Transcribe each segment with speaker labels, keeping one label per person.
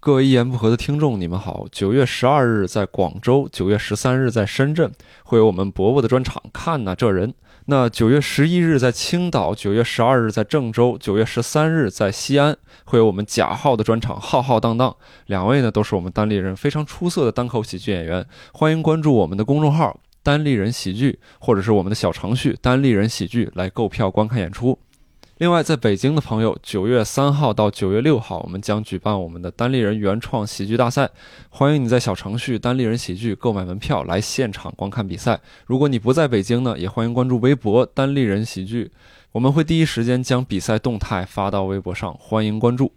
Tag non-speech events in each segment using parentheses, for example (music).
Speaker 1: 各位一言不合的听众，你们好！九月十二日在广州，九月十三日在深圳，会有我们伯伯的专场《看呐、这人》。那九月十一日在青岛，九月十二日在郑州，九月十三日在西安，会有我们贾浩的专场《浩浩荡荡》。两位呢都是我们单立人非常出色的单口喜剧演员，欢迎关注我们的公众号“单立人喜剧”或者是我们的小程序“单立人喜剧”来购票观看演出。另外，在北京的朋友，九月三号到九月六号，我们将举办我们的单立人原创喜剧大赛，欢迎你在小程序“单立人喜剧”购买门票来现场观看比赛。如果你不在北京呢，也欢迎关注微博“单立人喜剧”，我们会第一时间将比赛动态发到微博上，欢迎关注。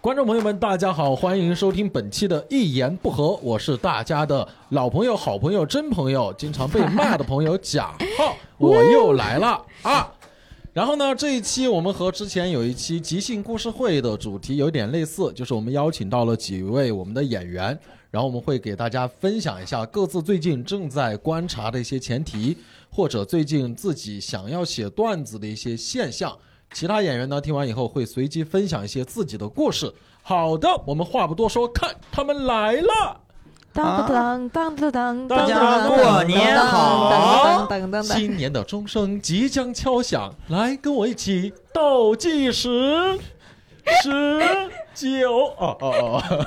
Speaker 2: 观众朋友们，大家好，欢迎收听本期的《一言不合》，我是大家的老朋友、好朋友、真朋友，经常被骂的朋友贾浩，我又来了啊！然后呢，这一期我们和之前有一期即兴故事会的主题有点类似，就是我们邀请到了几位我们的演员，然后我们会给大家分享一下各自最近正在观察的一些前提，或者最近自己想要写段子的一些现象。其他演员呢，听完以后会随机分享一些自己的故事。好的，我们话不多说，看他们来了。
Speaker 3: 当当当当当，
Speaker 2: 大家
Speaker 4: 过年好！
Speaker 3: 当当当当，
Speaker 2: 新年的钟声即将敲响，来跟我一起倒计时，十九哦哦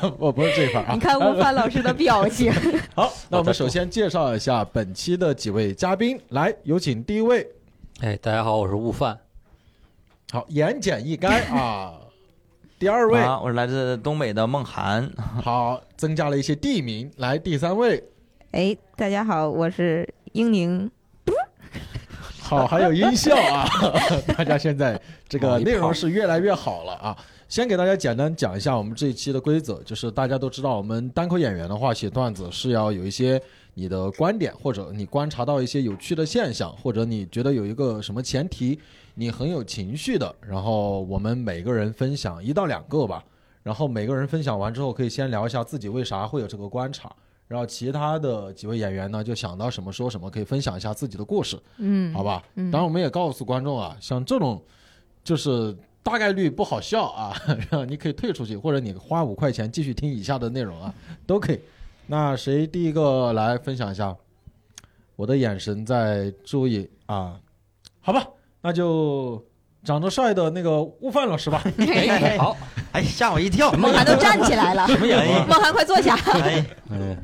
Speaker 2: 哦， (laughs) 我不是这一块啊
Speaker 3: 你。看吴凡老师的表情，
Speaker 2: 好，那我们首先介绍一下本期的几位嘉宾，来，有请第一位，
Speaker 4: 哎，大家好，我是悟饭。
Speaker 2: 好，言简意赅啊。第二位，
Speaker 4: 啊，我是来自东北的
Speaker 2: (laughs)
Speaker 4: 梦涵。
Speaker 2: 好，增加了一些地名，来，第三位，
Speaker 3: 哎，大家好，我是英宁，
Speaker 2: 好，还有音效啊！大家现在这个
Speaker 1: 好一炮
Speaker 2: 内容是越来越好了啊。先给大家简单讲一下我们这一期的规则，就是大家都知道，我们单口演员的话写段子是要有一些你的观点，或者你观察到一些有趣的现象，或者你觉得有一个什么前提，你很有情绪的，然后我们每个人分享一到两个吧，然后每个人分享完之后，可以先聊一下自己为啥会有这个观察，然后其他的几位演员呢就想到什么说什么，可以分享一下自己的故事。
Speaker 3: 嗯，
Speaker 2: 好吧。
Speaker 3: 嗯
Speaker 2: 当然，我们也告诉观众啊，像这种就是大概率不好笑啊， (laughs) 然后你可以退出去，或者你花五块钱继续听以下的内容啊，都可以。那谁第一个来分享一下？我的眼神在注意啊，好吧，那就长得帅的那个悟饭老师
Speaker 3: (laughs)
Speaker 2: 吧。
Speaker 4: 哎，好，哎，吓我一
Speaker 2: (laughs)
Speaker 4: 跳。
Speaker 3: 梦涵都站起来了，
Speaker 4: 什么演员？
Speaker 3: 梦涵快坐下，
Speaker 4: 哎，
Speaker 1: 嗯，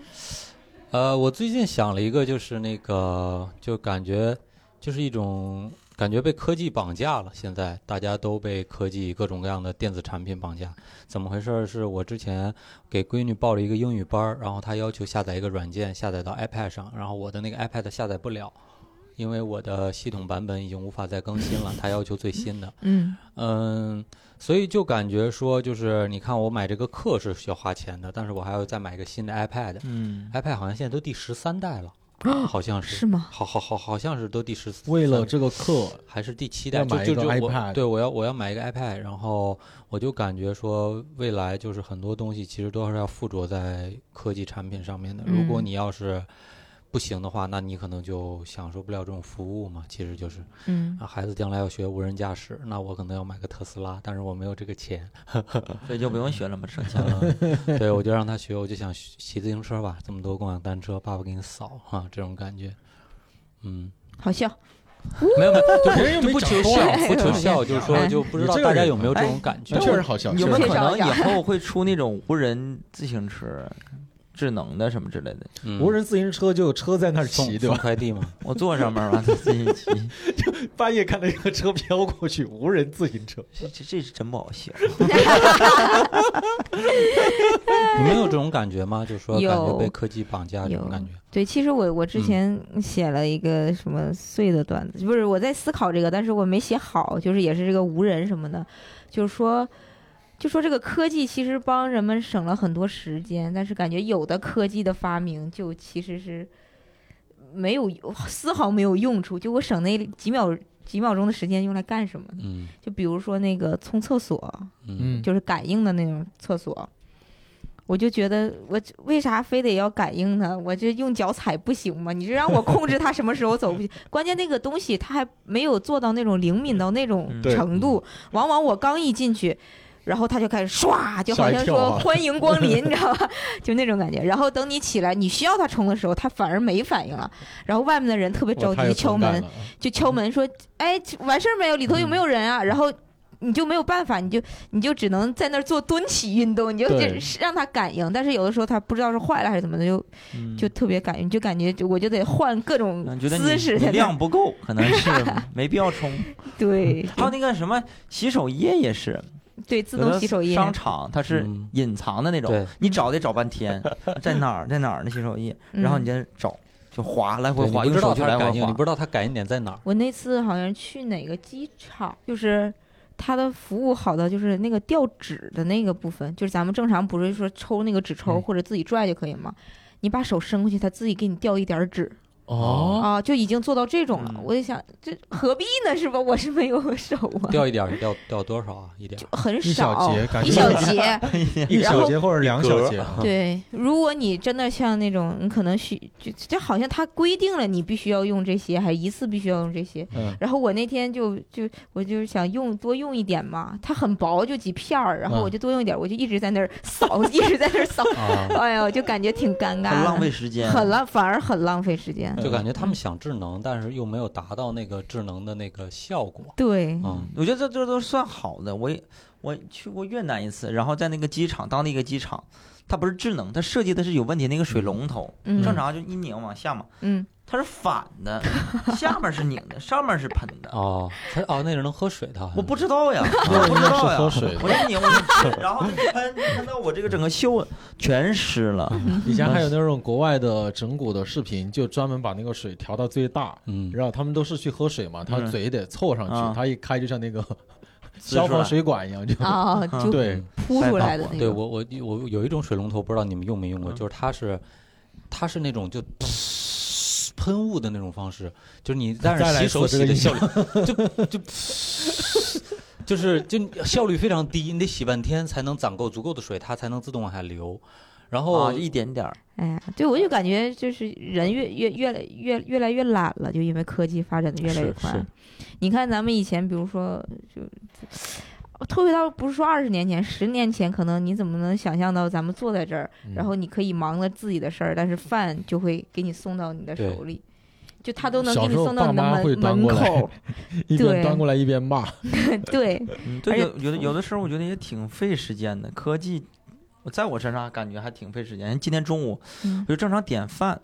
Speaker 5: (laughs) 呃，我最近想了一个，就是那个，就感觉就是一种感觉被科技绑架了。现在大家都被科技各种各样的电子产品绑架，怎么回事儿？是我之前给闺女报了一个英语班儿，然后她要求下载一个软件，下载到 iPad 上，然后我的那个 iPad 下载不了，因为我的系统版本已经无法再更新了，她要求最新的。
Speaker 3: 嗯
Speaker 5: 嗯，所以就感觉说，就是你看我买这个课是需要花钱的，但是我还要再买一个新的 iPad。
Speaker 4: 嗯，
Speaker 5: iPad 好像现在都第十三代
Speaker 2: (gasps)
Speaker 5: 了，好像是，
Speaker 3: 是吗？
Speaker 5: 好好好，好像是都第十，
Speaker 2: 为了这个
Speaker 5: (laughs)
Speaker 2: 课，
Speaker 5: 还是第七代，
Speaker 2: 要
Speaker 5: 就
Speaker 2: 买一
Speaker 5: 就
Speaker 2: 个
Speaker 5: 就我
Speaker 2: iPad
Speaker 5: 对我要我要买一个 iPad，然后我就感觉说，未来就是很多东西其实都是要附着在科技产品上面的。如果
Speaker 3: 嗯
Speaker 5: 你要是不行的话，那你可能就享受不了这种服务嘛。其实就是
Speaker 3: 嗯，
Speaker 5: 啊，孩子将来要学无人驾驶，那我可能要买个特斯拉，但是我没有这个钱。
Speaker 4: 所以就不用学了嘛，剩下
Speaker 5: 嗯，对，我就让他学，我就想学骑自行车吧，这么多共享单车，爸爸给你扫啊，这种感觉。嗯，
Speaker 3: 好笑，
Speaker 5: 没有没有，就
Speaker 2: 别人又
Speaker 5: 不
Speaker 2: 没
Speaker 5: 就不
Speaker 2: 讲
Speaker 5: 求
Speaker 2: 话
Speaker 5: 效，不求效，
Speaker 3: 哎
Speaker 5: 就是说就不知道
Speaker 2: 你这个
Speaker 5: 大家
Speaker 2: 人哎
Speaker 5: 有没有这种感觉
Speaker 2: 那。确实好笑，
Speaker 4: 有没
Speaker 2: 确
Speaker 4: 有
Speaker 2: 实
Speaker 4: 可
Speaker 2: 好笑
Speaker 4: 能以后会出那种无人自行车、智能的什么之类的？
Speaker 5: 嗯
Speaker 2: 无人自行车就有车在那儿骑，
Speaker 5: 送
Speaker 2: 对
Speaker 5: 送
Speaker 2: 吧？
Speaker 5: 快递
Speaker 2: (laughs)
Speaker 5: 嘛，
Speaker 4: 我坐上面完了自己骑，
Speaker 2: 半夜看到一个车飘过去，无人自行车。
Speaker 4: 这这这是真不好笑。
Speaker 5: 你们有这种感觉吗？就是说感觉
Speaker 3: 有
Speaker 5: 被科技绑架这种感觉。
Speaker 3: 对，其实我我之前写了一个什么碎的段子，不是我在思考这个，但是我没写好，就是也是这个无人什么的，就是说。就说这个科技其实帮人们省了很多时间，但是感觉有的科技的发明就其实是没有丝毫没有用处。就我省那几秒几秒钟的时间用来干什么呢？
Speaker 5: 嗯
Speaker 3: 就比如说那个冲厕所，
Speaker 5: 嗯，
Speaker 3: 就是感应的那种厕所，我就觉得我为啥非得要感应它？我这用脚踩不行吗？你就让我控制它什么时候走不行？ (laughs) 关键那个东西它还没有做到那种灵敏到那种
Speaker 4: 嗯
Speaker 1: 对
Speaker 3: 程度，往往我刚一进去。然后它就开始唰，就好
Speaker 6: 吓一
Speaker 3: 像
Speaker 6: 跳
Speaker 3: 说
Speaker 6: 啊
Speaker 3: 欢迎
Speaker 6: (laughs)
Speaker 3: 光临，你知道吧？就那种感觉。然后等你起来，你需要它冲的时候，它反而没反应了。然后外面的人特别着
Speaker 6: 我太有
Speaker 3: 急敲
Speaker 6: 同感
Speaker 3: 门，
Speaker 6: 了，
Speaker 3: 就敲门说：“哎，完事儿没有？里头有没有人
Speaker 4: 嗯
Speaker 3: 啊？”然后你就没有办法，你就你就只能在那儿做蹲起运动，你就
Speaker 6: 对
Speaker 3: 就是让他感应。但是有的时候他不知道是坏了还是怎么的，就
Speaker 4: 嗯
Speaker 2: 嗯
Speaker 3: 就特别感应，就感觉就我就得换各种
Speaker 4: 嗯觉得
Speaker 3: 姿
Speaker 4: 你
Speaker 3: 势
Speaker 4: 你
Speaker 3: 才能
Speaker 4: 量不够，可能是没必要冲。
Speaker 3: (laughs) 对
Speaker 4: 还有那个什么洗手液也是，
Speaker 3: 对自
Speaker 4: 嗯有
Speaker 3: 动
Speaker 4: 的
Speaker 3: 洗手液。
Speaker 4: 商场它是
Speaker 5: 嗯
Speaker 4: 隐藏的那种
Speaker 5: 对，
Speaker 4: 你找得找半天，在哪儿在哪儿那洗
Speaker 3: (laughs)
Speaker 4: 手液，然
Speaker 3: 嗯
Speaker 4: 后你再找，就划来回
Speaker 5: 对你
Speaker 4: 划，
Speaker 5: 不
Speaker 4: 用
Speaker 5: 知
Speaker 4: 手
Speaker 5: 道
Speaker 4: 去
Speaker 5: 它
Speaker 4: 来
Speaker 5: 的
Speaker 4: 回
Speaker 5: 感应，你
Speaker 4: 划
Speaker 5: 不。知道它感应点在哪儿。
Speaker 3: 我那次好像去哪个机场，就是他的服务好到就是那个掉纸的那个部分，就是咱们正常不是说抽那个纸抽
Speaker 5: 嗯
Speaker 3: 或者自己拽就可以吗？你把手伸过去，他自己给你掉一点儿纸。
Speaker 6: 哦，
Speaker 3: 啊，就已经做到这种了，
Speaker 4: 嗯
Speaker 3: 我就想，这何必呢？是吧？我是没有手啊，
Speaker 5: 掉一点儿，掉掉多少啊？一点儿。
Speaker 3: 很
Speaker 6: 一小
Speaker 3: 少，
Speaker 6: 节感
Speaker 3: 一
Speaker 6: 觉
Speaker 3: 小节
Speaker 6: 一
Speaker 3: 然后
Speaker 6: 小节或者两小节啊，
Speaker 3: 对，如果你真的像那种，你可能需就这好像他规定了，你必须要用这些，还一次必须要用这些。
Speaker 4: (laughs)
Speaker 6: 嗯
Speaker 3: 然后我那天就就我就是想用多用一点嘛，它很薄，就几片儿，然后我
Speaker 6: 嗯
Speaker 3: 就多用一点，我就一直在那儿扫，一直在那儿扫，
Speaker 2: (laughs)
Speaker 5: 啊，
Speaker 3: 哎呦，就感觉挺尴尬
Speaker 4: 很
Speaker 3: 的，
Speaker 4: 浪费时
Speaker 3: (laughs)
Speaker 4: 间，
Speaker 3: 很浪，反而很浪费时
Speaker 6: 呃
Speaker 3: 间。
Speaker 5: 就感觉他们想智能，但是又没有达到那个智能的那个效果。
Speaker 3: 对，
Speaker 6: 哦
Speaker 5: 嗯，
Speaker 4: 我觉得这这都算好的。我也我去过越南一次，然后在那个机场，当地一个机场，它不是智能，它设计的是有问题。那个水龙头、
Speaker 3: 嗯
Speaker 4: 正常就一拧往下嘛，
Speaker 3: 嗯，
Speaker 4: 它是反的，下面是拧的，上面是喷
Speaker 6: (laughs)
Speaker 4: 的。
Speaker 5: 哦，它哦，那是能喝水的。
Speaker 4: 我不知道呀，
Speaker 6: 嗯
Speaker 4: 我
Speaker 6: 那
Speaker 4: 不
Speaker 6: 应
Speaker 4: 知
Speaker 6: 该
Speaker 4: 道
Speaker 6: 是
Speaker 4: 呀。
Speaker 6: 喝水
Speaker 4: 我
Speaker 6: 的。
Speaker 4: 一拧，我就吃，然后就喷，喷到我这个整个袖全湿了。啊
Speaker 6: 以前还有那种国外的整蛊的视频，就专门把那个水调到最大，
Speaker 5: 嗯，
Speaker 6: 然后他们都是去喝水嘛，他
Speaker 4: 嗯
Speaker 6: 嘴得凑上
Speaker 4: 啊
Speaker 6: 去，他一开就像那
Speaker 4: (laughs)
Speaker 6: 个
Speaker 4: 滋
Speaker 6: 消
Speaker 4: 出
Speaker 6: 防
Speaker 4: 来
Speaker 6: 水管一样，就
Speaker 3: 啊，
Speaker 4: 嗯
Speaker 6: (laughs)
Speaker 3: 就
Speaker 6: 对
Speaker 5: 嗯
Speaker 3: 扑出来的那
Speaker 5: 对
Speaker 3: 种。
Speaker 5: 我我我有一种水龙头，不知道你们用没用过，
Speaker 4: 嗯
Speaker 5: 就是它是它是那种就喷雾的那种方式，就是你但
Speaker 6: 再
Speaker 5: 是
Speaker 6: 来一
Speaker 5: 洗
Speaker 6: 次
Speaker 5: 手
Speaker 6: 这
Speaker 5: 洗
Speaker 6: 个
Speaker 5: 的
Speaker 6: 意
Speaker 5: 效率 (laughs) 就就就是就效率非常低，你得洗半天才能攒够足够的水，它才能自动往下流。然后
Speaker 4: 啊，一点点儿。
Speaker 3: 哎呀，对我就感觉就是人越越越来越越来越懒了，就因为科技发展的越来越
Speaker 5: 是
Speaker 3: 快
Speaker 5: 是。
Speaker 3: 你看咱们以前，比如说就。退回到不是说二十年前，十年前可能你怎么能想象到咱们坐在这儿，然后你可以忙了自己的事儿，但是饭就会给你送到你的
Speaker 5: 对
Speaker 3: 手里，就他都能
Speaker 6: 小
Speaker 3: 给你
Speaker 6: 时候
Speaker 3: 送到你
Speaker 6: 爸妈
Speaker 3: 的
Speaker 6: 会
Speaker 3: 门
Speaker 6: 端
Speaker 3: 门
Speaker 6: 过来 (laughs)
Speaker 3: 口。
Speaker 6: 一边
Speaker 3: 对
Speaker 6: 端过来一边骂，
Speaker 3: 对，
Speaker 4: 嗯，对，
Speaker 3: 而且
Speaker 4: 有有的有的时候我觉得也挺费时间的。科技，我在我身上感觉还挺费时间。今天中午
Speaker 3: 嗯
Speaker 4: 我就正常点饭，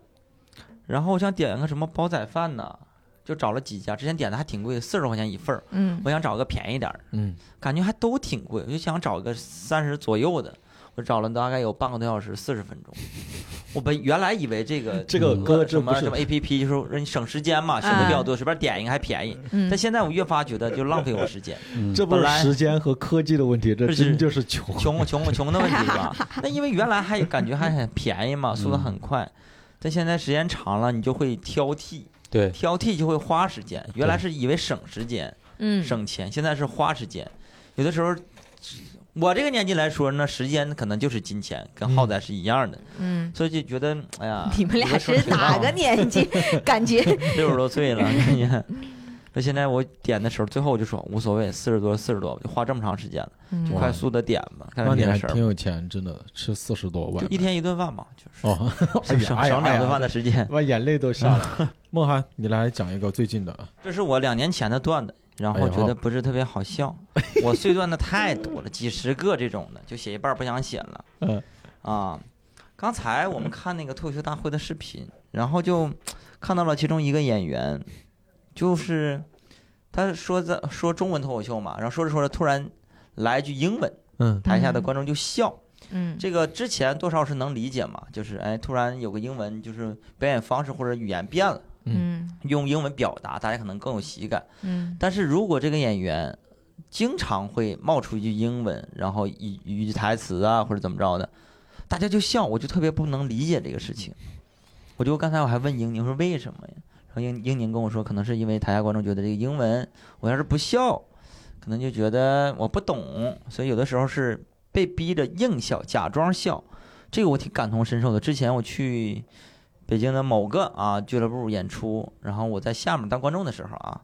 Speaker 4: 然后我想点个什么煲仔饭呢，就找了几家，之前点的还挺贵，四十块钱一份儿。
Speaker 3: (laughs) 嗯
Speaker 4: 我想找个便宜点儿，
Speaker 6: 嗯，
Speaker 4: 感觉还都挺贵，我就想找个三十左右的。我找了大概有半个多小时，四十分钟。我本原来以为这个
Speaker 6: 这个
Speaker 5: 嗯
Speaker 6: 搁 (laughs) 这
Speaker 4: 什
Speaker 6: 不
Speaker 4: 么
Speaker 6: 是
Speaker 4: 什么 A P P 就是让你省时间嘛，选择比较多，随便点一个还便宜。
Speaker 3: 啊嗯
Speaker 4: 但，现在我越发觉得就浪费我时间。
Speaker 5: 嗯
Speaker 6: 这不是
Speaker 4: 本来
Speaker 6: 时间和科技的问题，这
Speaker 4: 这是
Speaker 6: 真就是穷。
Speaker 4: 穷穷穷的问题是
Speaker 3: (laughs)
Speaker 4: 吧？那因为原来还感觉还很便宜嘛，速度
Speaker 3: 嗯
Speaker 4: 很快，但现在时间长了，你就会挑剔，
Speaker 5: 对
Speaker 4: 挑剔就会花时间。原来是以为省时间、
Speaker 3: 嗯
Speaker 4: 省钱，现在是花时间。有的时候，我这个年纪来说呢，时间可能就是金钱，跟浩仔是一样的，
Speaker 3: 嗯，
Speaker 4: 所以就觉得哎呀，
Speaker 3: 你们俩是哪 (laughs) 个年纪？感觉
Speaker 4: 啊六十多岁了？那现在我点的时候，最后我就说无所谓，四十多四十多，我就花这么长时间了，
Speaker 3: (laughs) 嗯
Speaker 4: 就快速的点吧，干
Speaker 6: 那
Speaker 4: 点
Speaker 6: 你
Speaker 4: 别的
Speaker 6: 还
Speaker 4: 事儿吧
Speaker 6: 挺。有钱，真的吃四十多
Speaker 4: 就
Speaker 6: 万
Speaker 4: 一天一顿饭吧，就是 (laughs)
Speaker 6: 哦，哎呀
Speaker 4: 省省
Speaker 6: 哎呀
Speaker 4: 省两顿饭
Speaker 6: 哎
Speaker 4: 的
Speaker 6: 呀
Speaker 4: 时间。
Speaker 6: 把眼泪都下来
Speaker 2: (laughs)
Speaker 6: 了。梦涵，你来讲一个最近的啊，
Speaker 4: (laughs) 这是我两年前的段子，然
Speaker 6: 哎
Speaker 4: 后
Speaker 6: 呦
Speaker 4: 觉得不是特别好 (laughs) 笑。我碎段子太多了，几十个这种的，就写一半儿不想写了。
Speaker 6: 嗯
Speaker 4: 啊，刚才我们看那个脱口秀大会的视频，然后就看到了其中一个演员，就是他说在说中文脱口秀嘛，然后说着说着突然来一句英文，
Speaker 6: 嗯
Speaker 4: 台下的
Speaker 3: 嗯
Speaker 4: 观众就笑。
Speaker 3: 嗯
Speaker 4: 这个之前多少是能理解嘛，就是哎，突然有个英文，就是表演方式或者语言变了，
Speaker 3: 嗯
Speaker 4: 用英文表达，大家可能更有喜感。
Speaker 3: 嗯
Speaker 4: 但是如果这个演员经常会冒出一句英文，然后一一句台词啊，或者怎么着的，大家就笑，我就特别不能理解这个事情。我就刚才我还问英宁说为什么呀？然后英英宁跟我说，可能是因为台下观众觉得这个英文，我要是不笑，可能就觉得我不懂，所以有的时候是被逼着硬笑，假装笑。这个我挺感同身受的。之前我去北京的某个啊俱乐部演出，然后我在下面当观众的时候啊，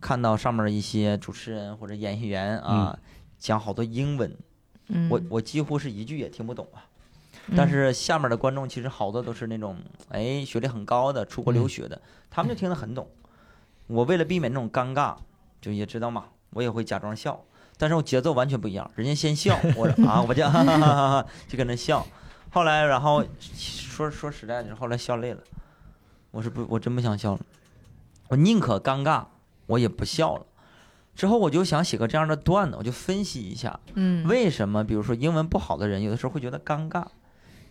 Speaker 4: 看到上面一些主持人或者演戏员啊、讲好多英文，
Speaker 3: 嗯，
Speaker 4: 我我几乎是一句也听不懂
Speaker 3: 嗯
Speaker 4: 啊。但是下面的观众其实好多都是那种哎学历很高的出国留学的，他们就听得很懂。我为了避免那种尴尬，就也知道嘛，我也会假装笑，但是我节奏完全不一样，人家先笑，我啊我就 (laughs) 哈哈哈哈就跟着笑，后来然后说说实在的，后来笑累了，我是不我真不想笑了，我宁可尴尬，我也不笑了。之后我就想写个这样的段子，我就分析一下，
Speaker 3: 嗯，
Speaker 4: 为什么比如说英文不好的人有的时候会觉得尴尬？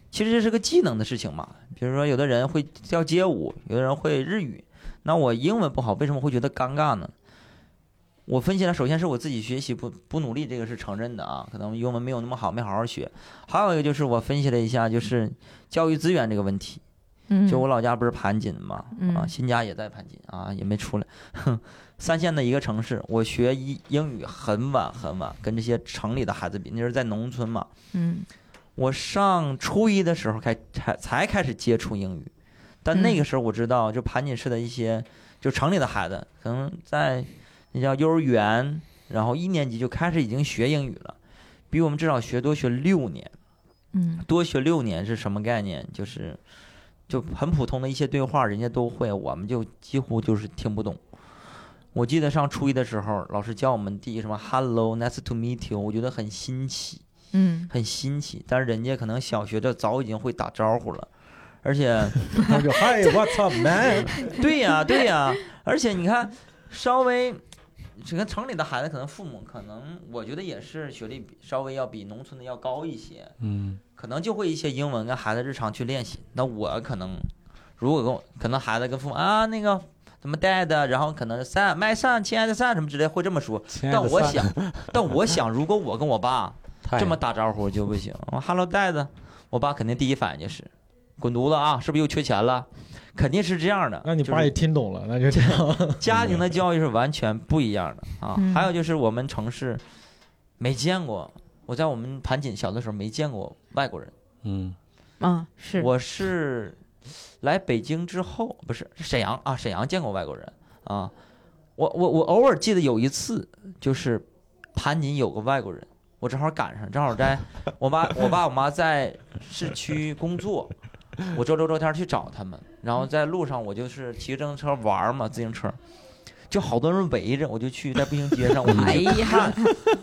Speaker 4: 其实这是个技能的事情嘛。比如说有的人会跳街舞，有的人会日语，那我英文不好，为什么会觉得尴尬呢？我分析了，首先是我自己学习不不努力，这个是承认的啊，可能英文没有那么好，没好好学。还有一个就是我分析了一下，就是教育资源这个问题。
Speaker 3: 嗯
Speaker 4: 就我老家不是盘锦嘛，啊，
Speaker 3: 嗯
Speaker 4: 新家也在盘锦啊，也没出来。三线的一个城市，我学一英语很晚很晚，跟这些城里的孩子比，那时候在农村嘛。
Speaker 3: 嗯
Speaker 4: 我上初一的时候开才才开始接触英语，
Speaker 3: 嗯
Speaker 4: 但那个时候我知道，就盘锦市的一些就城里的孩子，可能在那叫幼儿园，然后一年级就开始已经学英语了，比我们至少学多学六年。
Speaker 3: 嗯
Speaker 4: 多学六年是什么概念？就是就很普通的一些对话，人家都会，我们就几乎就是听不懂。我记得上初一的时候，老师教我们第一什么 “hello, nice to meet you”，我觉得很新奇，
Speaker 3: 嗯
Speaker 4: 很新奇。但是人家可能小学的早已经会打招呼了，而且
Speaker 2: 那 (laughs) 就嗨，What's up, man？
Speaker 4: 对呀、对呀、而且你看，稍微整个城里的孩子，可能父母可能我觉得也是学历比稍微要比农村的要高一些，
Speaker 5: 嗯，
Speaker 4: 可能就会一些英文跟孩子日常去练习。那我可能如果跟我可能孩子跟父母啊那个怎么带的，然后可能 son my son 亲爱的 son 什么之类会这么说。
Speaker 5: 亲爱
Speaker 4: 但
Speaker 5: 的
Speaker 4: 我
Speaker 5: 三
Speaker 4: 想，但我想如果我跟我
Speaker 2: (laughs)
Speaker 4: 爸
Speaker 5: 太
Speaker 4: 这么打招呼就不行。我 hello 带子，我爸肯定第一反应就是滚犊子啊，是不是又缺钱了？肯定是这样的。
Speaker 2: 那你
Speaker 4: 就是
Speaker 2: 爸也嗯听懂了，那就这样。
Speaker 4: 家庭的教育是完全不一样的啊
Speaker 3: 嗯。
Speaker 4: 还有就是我们城市没见过，我在我们盘锦小的时候没见过外国人。
Speaker 5: 嗯
Speaker 3: 啊是
Speaker 4: 我是来北京之后，不是是沈阳啊，沈阳见过外国人啊。我我我偶尔记得有一次，就是盘锦有个外国人，我正好赶上，正好在我妈我爸我妈在市区工作，我周六周天去找他们，然后在路上我就是骑自行车玩儿嘛，自行车。就好多人围着，我就去在步行街上，我就
Speaker 3: 哎
Speaker 4: 去
Speaker 3: 呀
Speaker 4: 看，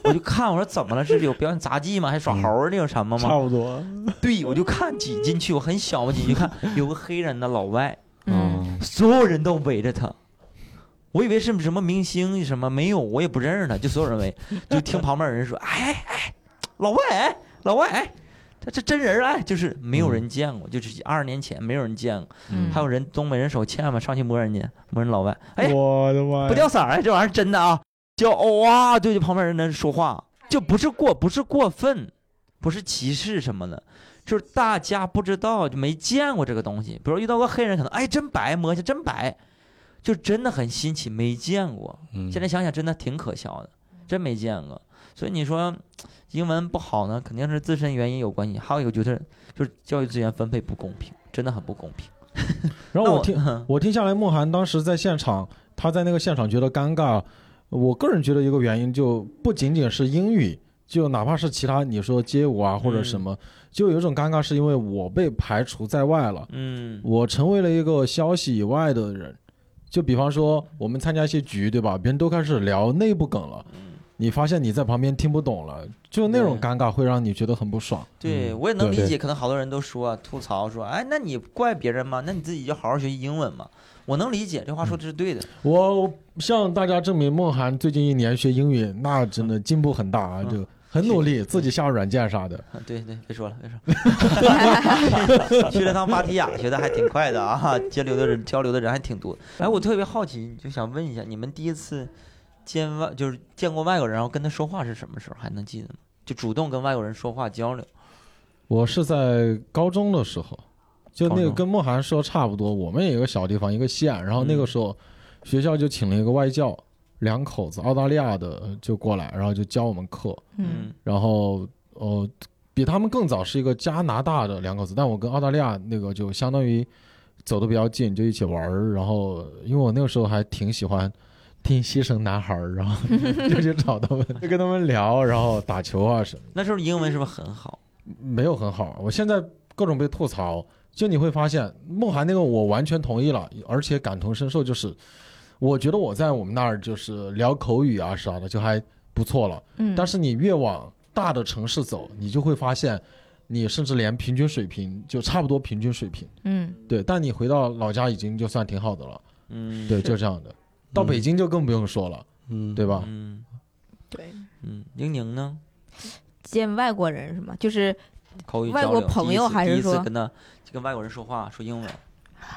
Speaker 4: 我就看，我说怎么了？是有表演杂技吗？还耍猴儿那有什么吗？
Speaker 2: 差不多，
Speaker 4: 对，我就看挤进去，我很小嘛，挤进去看有个黑人的老外，
Speaker 3: 嗯
Speaker 5: 嗯
Speaker 4: 所有人都围着他。我以为是什么明星什么，没有，我也不认识他，就所有人围，就听旁边有人说：“哎哎，老外哎，老外哎，他这真人哎，就是没有人见过，就是二十年前没有人见过，
Speaker 3: 嗯
Speaker 4: 还有人东北人手欠嘛，上去摸人家，摸人老外，哎，
Speaker 2: 我的妈呀！
Speaker 4: 不掉色儿，哎，这玩意儿真的啊，就哇，对着旁边人在说话，就不是过，不是过分，不是歧视什么的，就是大家不知道，就没见过这个东西。比如遇到个黑人，可能哎真白，摸一下真白，就真的很新奇，没见过。
Speaker 5: 嗯，
Speaker 4: 现在想想真的挺可笑的，真没见过。所以你说英文不好呢，肯定是自身原因有关系，还有一个就是就是教育资源分配不公平，真的很不公平。
Speaker 2: 然
Speaker 4: 那嗯
Speaker 2: 后我听，我听下来，慕寒当时在现场，他在那个现场觉得尴尬。我个人觉得一个原因就不仅仅是英语，就哪怕是其他你说街舞啊或者什么，
Speaker 4: 嗯
Speaker 2: 就有一种尴尬，是因为我被排除在外了，
Speaker 4: 嗯
Speaker 2: 我成为了一个消息以外的人。就比方说我们参加一些局，对吧？别人都开始聊内部梗了，
Speaker 4: 嗯。
Speaker 2: 你发现你在旁边听不懂了，就那种
Speaker 4: 对
Speaker 2: 尴尬会让你觉得很不爽。
Speaker 4: 对，
Speaker 5: 嗯
Speaker 4: 我也能
Speaker 2: 对
Speaker 4: 理解，可能好多人都说吐槽说，哎，那你怪别人吗？那你自己就好好学习英文嘛。我能理解，这话说的是对的。
Speaker 2: 我向大家证明，梦涵最近一年学英语，那真的进步很大啊，
Speaker 4: 嗯
Speaker 2: 就很努力，自己下软件啥的。
Speaker 4: 啊 (laughs) 对对，别说了，别说了。 (laughs) 去了趟芭提雅，学的还挺快的啊，交流的人交流的人还挺多。哎，我特别好奇，就想问一下，你们第一次见外就是见过外国人，然后跟他说话是什么时候？还能记得吗？就主动跟外国人说话交流。
Speaker 2: 我是在高中的时候，就那
Speaker 4: 高
Speaker 2: 个
Speaker 4: 中
Speaker 2: 跟梦涵说差不多，我们也有个小地方，一个县，然后那个时
Speaker 4: 嗯
Speaker 2: 候学校就请了一个外教，两哦口子澳大利亚的就过来，然后就教我们课，
Speaker 3: 嗯
Speaker 4: 嗯
Speaker 2: 然后哦。比他们更早是一个加拿大的两口子，但我跟澳大利亚那个就相当于走的比较近，就一起玩儿。然后因为我那个时候还挺喜欢听西城男孩儿，然后就去找他们，就跟他们聊，然后打球啊
Speaker 4: (laughs)
Speaker 2: 什么，
Speaker 4: 那时候英文是不是很好？
Speaker 2: 没有很好。啊我现在各种被吐槽，就你会发现梦涵那个我完全同意了，而且感同身受，就是我觉得我在我们那儿就是聊口语啊啥的就还不错了。
Speaker 3: 嗯，
Speaker 2: 但是你越往大的城市走，你就会发现，你甚至连平均水平就差不多平均水平。
Speaker 3: 嗯，
Speaker 2: 对，但你回到老家已经就算挺好的了。
Speaker 4: 嗯，
Speaker 2: 对，就这样的。到北京就更不用说了，
Speaker 5: 嗯，
Speaker 2: 对吧？
Speaker 4: 嗯
Speaker 3: 对，
Speaker 4: 嗯，英宁呢？
Speaker 3: 见外国人是吗？就是
Speaker 4: 口语
Speaker 3: 外
Speaker 4: 交
Speaker 3: 国
Speaker 4: 流
Speaker 3: 朋
Speaker 4: 第一
Speaker 3: 友
Speaker 4: 次
Speaker 3: 还
Speaker 4: 第
Speaker 3: 是
Speaker 4: 一次
Speaker 3: 说
Speaker 4: 跟他就跟外国人说话说英文？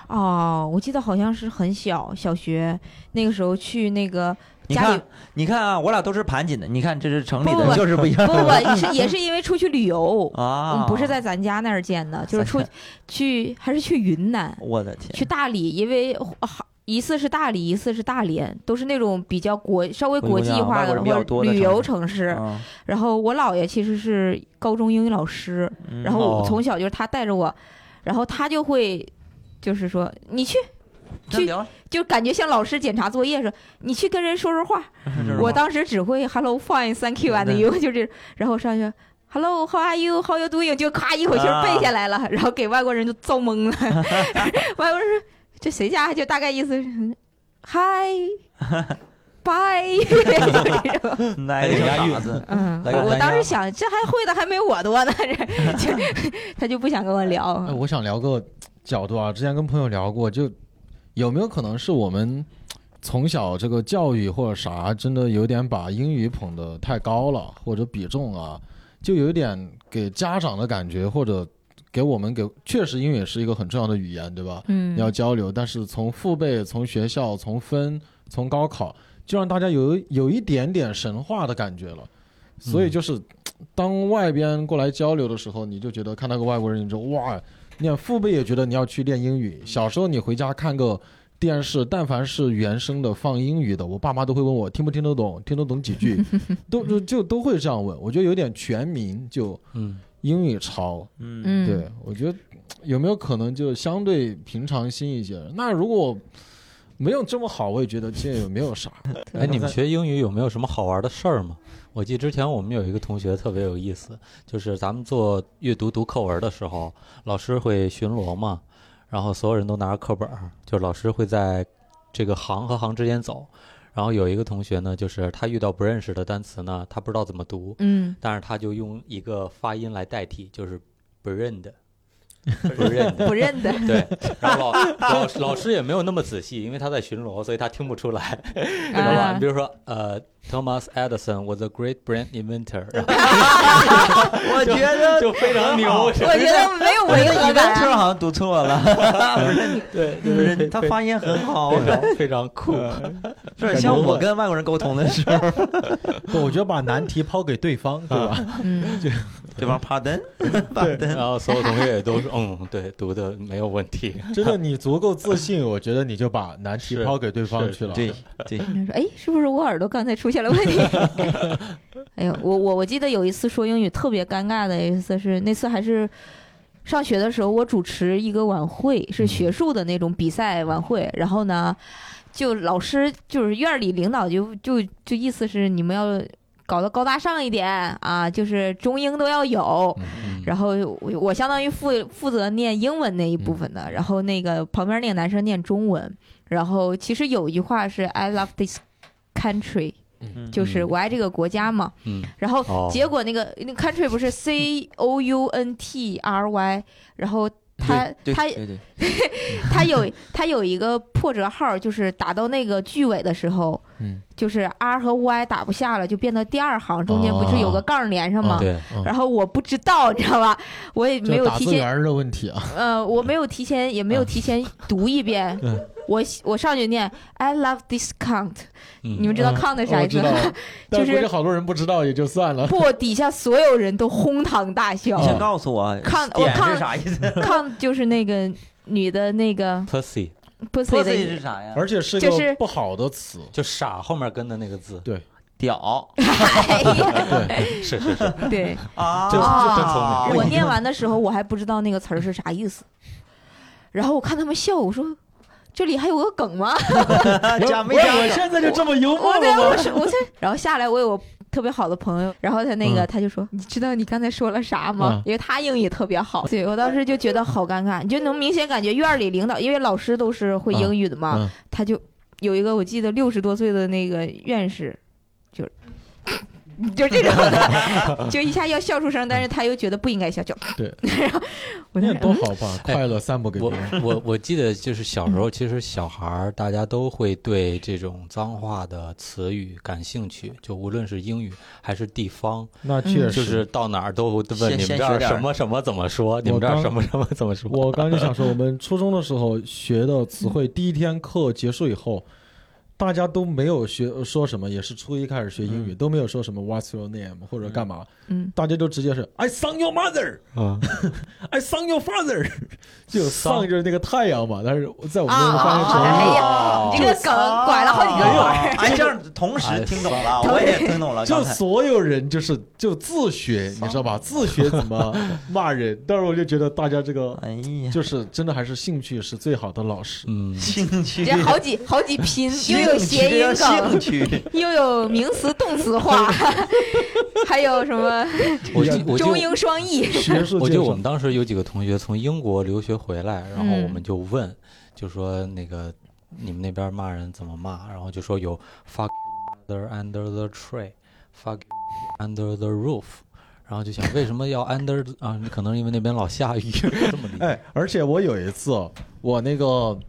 Speaker 3: 哦，我记得好像是很小，小学那个时候去那个
Speaker 4: 你
Speaker 3: 家里
Speaker 4: 看，你看啊，我俩都是盘锦的，你看这是城里
Speaker 3: 不
Speaker 4: 的，
Speaker 3: 不
Speaker 4: 就是不一
Speaker 3: 不
Speaker 4: 样
Speaker 3: 不
Speaker 4: (laughs)
Speaker 3: 不是也是因为出去旅游，
Speaker 4: 啊
Speaker 3: 嗯，不是在咱家那儿见的，就是出
Speaker 4: 咱
Speaker 3: 去还是去云南，
Speaker 4: 我的天，
Speaker 3: 去大理，因为啊一次是大理，一次是大连，都是那种比较国稍微
Speaker 4: 国
Speaker 3: 国
Speaker 4: 际
Speaker 3: 际
Speaker 4: 化
Speaker 3: 化
Speaker 4: 外国
Speaker 3: 的
Speaker 4: 人比较
Speaker 3: 或者
Speaker 4: 多的
Speaker 3: 旅
Speaker 4: 城
Speaker 3: 游
Speaker 4: 市
Speaker 3: 城市。
Speaker 4: 啊
Speaker 3: 然后我姥爷其实是高中英语老师，
Speaker 4: 嗯
Speaker 3: 然后我
Speaker 5: 哦
Speaker 3: 从小就是他带着我，然后他就会就是说你去，
Speaker 4: 那
Speaker 3: 去
Speaker 4: 聊啊
Speaker 3: 就感觉像老师检查作业说你去跟人说说话。
Speaker 4: 这是
Speaker 3: 我
Speaker 4: 吗
Speaker 3: 当时只会 hello fine thank you and
Speaker 4: 对
Speaker 3: you 就这，然后上去 hello how are you how you doing 就咔一口气儿背下来了，
Speaker 4: 啊
Speaker 3: 然后给外国人就造懵了， (laughs) 外国人说这谁家就大概意思是嗯 hi
Speaker 4: (laughs)
Speaker 3: bye，就 (laughs) 这种
Speaker 4: 来个小傻子，
Speaker 3: 嗯，
Speaker 4: 来个
Speaker 3: 我
Speaker 4: 单
Speaker 3: 当时
Speaker 4: 压
Speaker 3: 想，这还会的还没我多呢，这
Speaker 4: (laughs)
Speaker 3: 就他就不想跟我
Speaker 2: 哎，
Speaker 3: 聊。
Speaker 2: 我想聊个角度啊，之前跟朋友聊过，就有没有可能是我们从小这个教育或者啥，真的有点把英语捧得太高了，或者比重啊，就有点给家长的感觉，或者给我们给，确实英语是一个很重要的语言，对吧？
Speaker 3: 嗯，
Speaker 2: 要交流，但是从父辈、从学校、从分、从高考，就让大家有有一点点神话的感觉了。所以就是，当外边过来交流的时候，你就觉得看到个外国人，你就哇，你看父辈也觉得你要去练英语。小时候你回家看个电视，但凡是原声的放英语的，我爸妈都会问我听不听得懂，听得懂几句，都就就都会这样问。我觉得有点全民就
Speaker 5: 嗯，
Speaker 2: 英语潮，
Speaker 4: 嗯
Speaker 3: 嗯，
Speaker 2: 对，我觉得有没有可能就相对平常心一些？那如果没有这么好，我也觉得这也没有啥。
Speaker 5: 哎，你们学英语有没有什么好玩的事儿吗？我记得之前我们有一个同学特别有意思，就是咱们做阅读读课文的时候，老师会巡逻嘛，然后所有人都拿着课本儿，就老师会在这个行和行之间走。然后有一个同学呢，就是他遇到不认识的单词呢，他不知道怎么读，
Speaker 3: 嗯，
Speaker 5: 但是他就用一个发音来代替，就是不认的，不认的。
Speaker 3: 不认
Speaker 4: (laughs)
Speaker 3: 得。
Speaker 5: 对，然后老老老师也没有那么仔细，因为他在巡逻，所以他听不出来， (laughs) 知道吧？
Speaker 3: 啊
Speaker 5: 你比如说，呃，Thomas Edison was a great brain inventor，然
Speaker 3: (laughs)
Speaker 5: 后
Speaker 4: 我觉得
Speaker 5: 就非常牛，
Speaker 3: 我觉得没有
Speaker 4: 我
Speaker 3: 违
Speaker 4: 觉得
Speaker 3: 和
Speaker 4: 伊文特
Speaker 3: 感。
Speaker 4: 好像读
Speaker 3: (laughs)
Speaker 4: 错了，
Speaker 5: 对，
Speaker 4: 不是他发音很好，啊
Speaker 5: 非常非常酷，
Speaker 4: 是像我跟外国人沟通的时
Speaker 3: (laughs)
Speaker 4: 候，
Speaker 7: 不，我觉得把难题抛给对方，对吧？
Speaker 3: 嗯，
Speaker 4: 对方 pardon
Speaker 5: 然
Speaker 4: (laughs)
Speaker 3: 啊
Speaker 4: pardon，
Speaker 5: 后所有同学也都说，嗯，对，读的没有问题，
Speaker 7: 真的，你足够自信，我觉得你就把难题
Speaker 5: 是
Speaker 7: 抛给对方
Speaker 5: 是
Speaker 7: 去了。
Speaker 4: 对对，
Speaker 3: 说哎，是不是我耳朵刚才出现了问题？ (laughs) 哎呦，我我我记得有一次说英语特别尴尬的一次是那次还是上学的时候，我主持一个晚会，是学术的那种比赛晚会，然后呢，就老师就是院儿里领导就就就意思是你们要。搞得高大上一点啊，就是中英都要有，
Speaker 5: 嗯
Speaker 3: 然后我我相当于负负责念英文那一部分的，然后那个旁边那个男生念中文，然后其实有一句话是 "I love this country"，
Speaker 4: 嗯
Speaker 3: 就是我爱这个国家嘛。
Speaker 5: 嗯，
Speaker 3: 然后
Speaker 5: 哦，
Speaker 3: 结果那个那个 country 不是 C O U N T R Y，然后他
Speaker 4: 对
Speaker 1: (laughs)
Speaker 3: 他
Speaker 4: 对对，
Speaker 3: 他有他有一个破折号，就是打到那个句尾的时候，
Speaker 2: 嗯
Speaker 3: 就是 R 和 Y 打不下了，就变到第二行中间不是有个杠连上吗？
Speaker 5: 对，
Speaker 2: 嗯
Speaker 3: 然后我不知道，你知道吧？我也没
Speaker 2: 就
Speaker 3: 有
Speaker 2: 打
Speaker 3: 提
Speaker 2: 字
Speaker 3: 前
Speaker 2: 员儿的问题啊，
Speaker 3: 呃，我没有提前，也没有提前读一遍。我我上去念 "I love this count"，
Speaker 5: 嗯
Speaker 3: 你们知道
Speaker 2: 嗯
Speaker 3: count 是
Speaker 2: 我
Speaker 3: 啥意思
Speaker 2: 知道
Speaker 3: 吗？，
Speaker 2: 但
Speaker 3: (laughs) 就是
Speaker 2: 估计好多人不知道也就算了。
Speaker 3: 不，底下所有人都哄堂大笑
Speaker 4: 你。先告诉我
Speaker 3: 看我
Speaker 4: 哦点
Speaker 3: 看
Speaker 4: 是啥意思
Speaker 3: count 就是那个女的那个
Speaker 5: pussy
Speaker 3: pussy 的意
Speaker 4: ，pussy 是
Speaker 3: 思，
Speaker 4: 啥呀？
Speaker 2: 而且是
Speaker 3: 就是
Speaker 2: 个不好的词，
Speaker 3: (laughs)
Speaker 5: 就傻后面跟的那个字，
Speaker 2: 对，
Speaker 4: 屌
Speaker 5: 是是是，
Speaker 3: 对，
Speaker 4: 啊，
Speaker 5: 这
Speaker 3: 这
Speaker 5: 真聪
Speaker 3: 我念完的时候，我还不知道那个词儿是啥意思，然后我看他们笑，我说这里还有个梗吗？
Speaker 4: 加没
Speaker 2: 我
Speaker 4: 加
Speaker 2: 我现在就这么幽默
Speaker 3: 我对
Speaker 2: 了吗？
Speaker 3: 我是我这，然后下来我有特别好的朋友，然后他那个、他就说，你知道你刚才说了啥吗？
Speaker 2: 嗯
Speaker 3: 因为他英语特别好，对我当时就觉得好尴尬，你就能明显感觉院儿里领导，因为老师都是会英语的嘛，
Speaker 2: 嗯嗯
Speaker 3: 他就有一个我记得六十多岁的那个院士，就是就是这种的， (laughs) 就一下要笑出声，但是他又觉得不应该笑，就
Speaker 6: 对，
Speaker 3: (laughs) 然后我
Speaker 6: 那
Speaker 3: 就
Speaker 6: 多好吧，
Speaker 5: 哎
Speaker 6: 快乐散播给别
Speaker 5: 我
Speaker 6: 人。
Speaker 5: 我我记得就是小时候，其实小孩儿大家都会对这种脏话的词语感兴趣，就无论是英语还是地方，
Speaker 2: 那
Speaker 3: 确
Speaker 2: 确
Speaker 5: 就
Speaker 2: 实，
Speaker 5: 是到哪儿都会
Speaker 4: 先
Speaker 5: 问你们
Speaker 4: 先
Speaker 5: 这
Speaker 4: 学
Speaker 5: 儿
Speaker 4: 点儿
Speaker 5: 什么什么怎么说，你们这儿
Speaker 2: 刚
Speaker 5: 什么什么怎么说。
Speaker 2: 我刚就想说，我们初中的时候学的词汇，第一天课结束以后，大家都没有学说什么，也是初一开始学英
Speaker 5: 嗯
Speaker 2: 语，都没有说什么 What's your name 或者干嘛， (laughs)
Speaker 3: 嗯，
Speaker 2: 大家都直接是 I son your mother，
Speaker 5: 啊
Speaker 2: (laughs) I son your father，就 (laughs)
Speaker 5: 丧
Speaker 2: sun 就是那个太阳嘛，但是在我们那边
Speaker 3: 啊
Speaker 2: 翻译
Speaker 3: 啊啊
Speaker 2: 成
Speaker 3: 哎呀
Speaker 4: 哦
Speaker 3: 你这个梗拐了好几个
Speaker 4: 没有
Speaker 3: 弯儿，
Speaker 4: 哎，这样同时听懂了，我也听懂了。
Speaker 2: 就
Speaker 4: 刚才
Speaker 2: 所有人就是就自学，你知道吧？自学怎么骂人？但是我就觉得大家这个
Speaker 4: 哎呀，
Speaker 2: 就是真的还是兴趣是最好的老师。
Speaker 5: 嗯，
Speaker 4: 兴趣
Speaker 3: 这
Speaker 4: (laughs)
Speaker 3: 好几好
Speaker 2: (laughs)
Speaker 3: 几拼，又有谐音梗
Speaker 4: 兴，趣
Speaker 3: 又有名词动
Speaker 2: (laughs)
Speaker 3: 词化，还有什么
Speaker 5: 我记我记
Speaker 3: 中英双译，
Speaker 2: 学术
Speaker 5: 嗯我
Speaker 2: 界
Speaker 5: 记得我
Speaker 2: 上
Speaker 5: 们当时有几个同学从英国留学回来，然后我们就问，就说那个你们那边骂人怎么骂？然后就说有 fuck your mother under the tree，fuck your under the roof。然后就想为什么要 under 啊？可能因为那边老下雨，这么理解。
Speaker 2: 哎，而且我有一次，我那个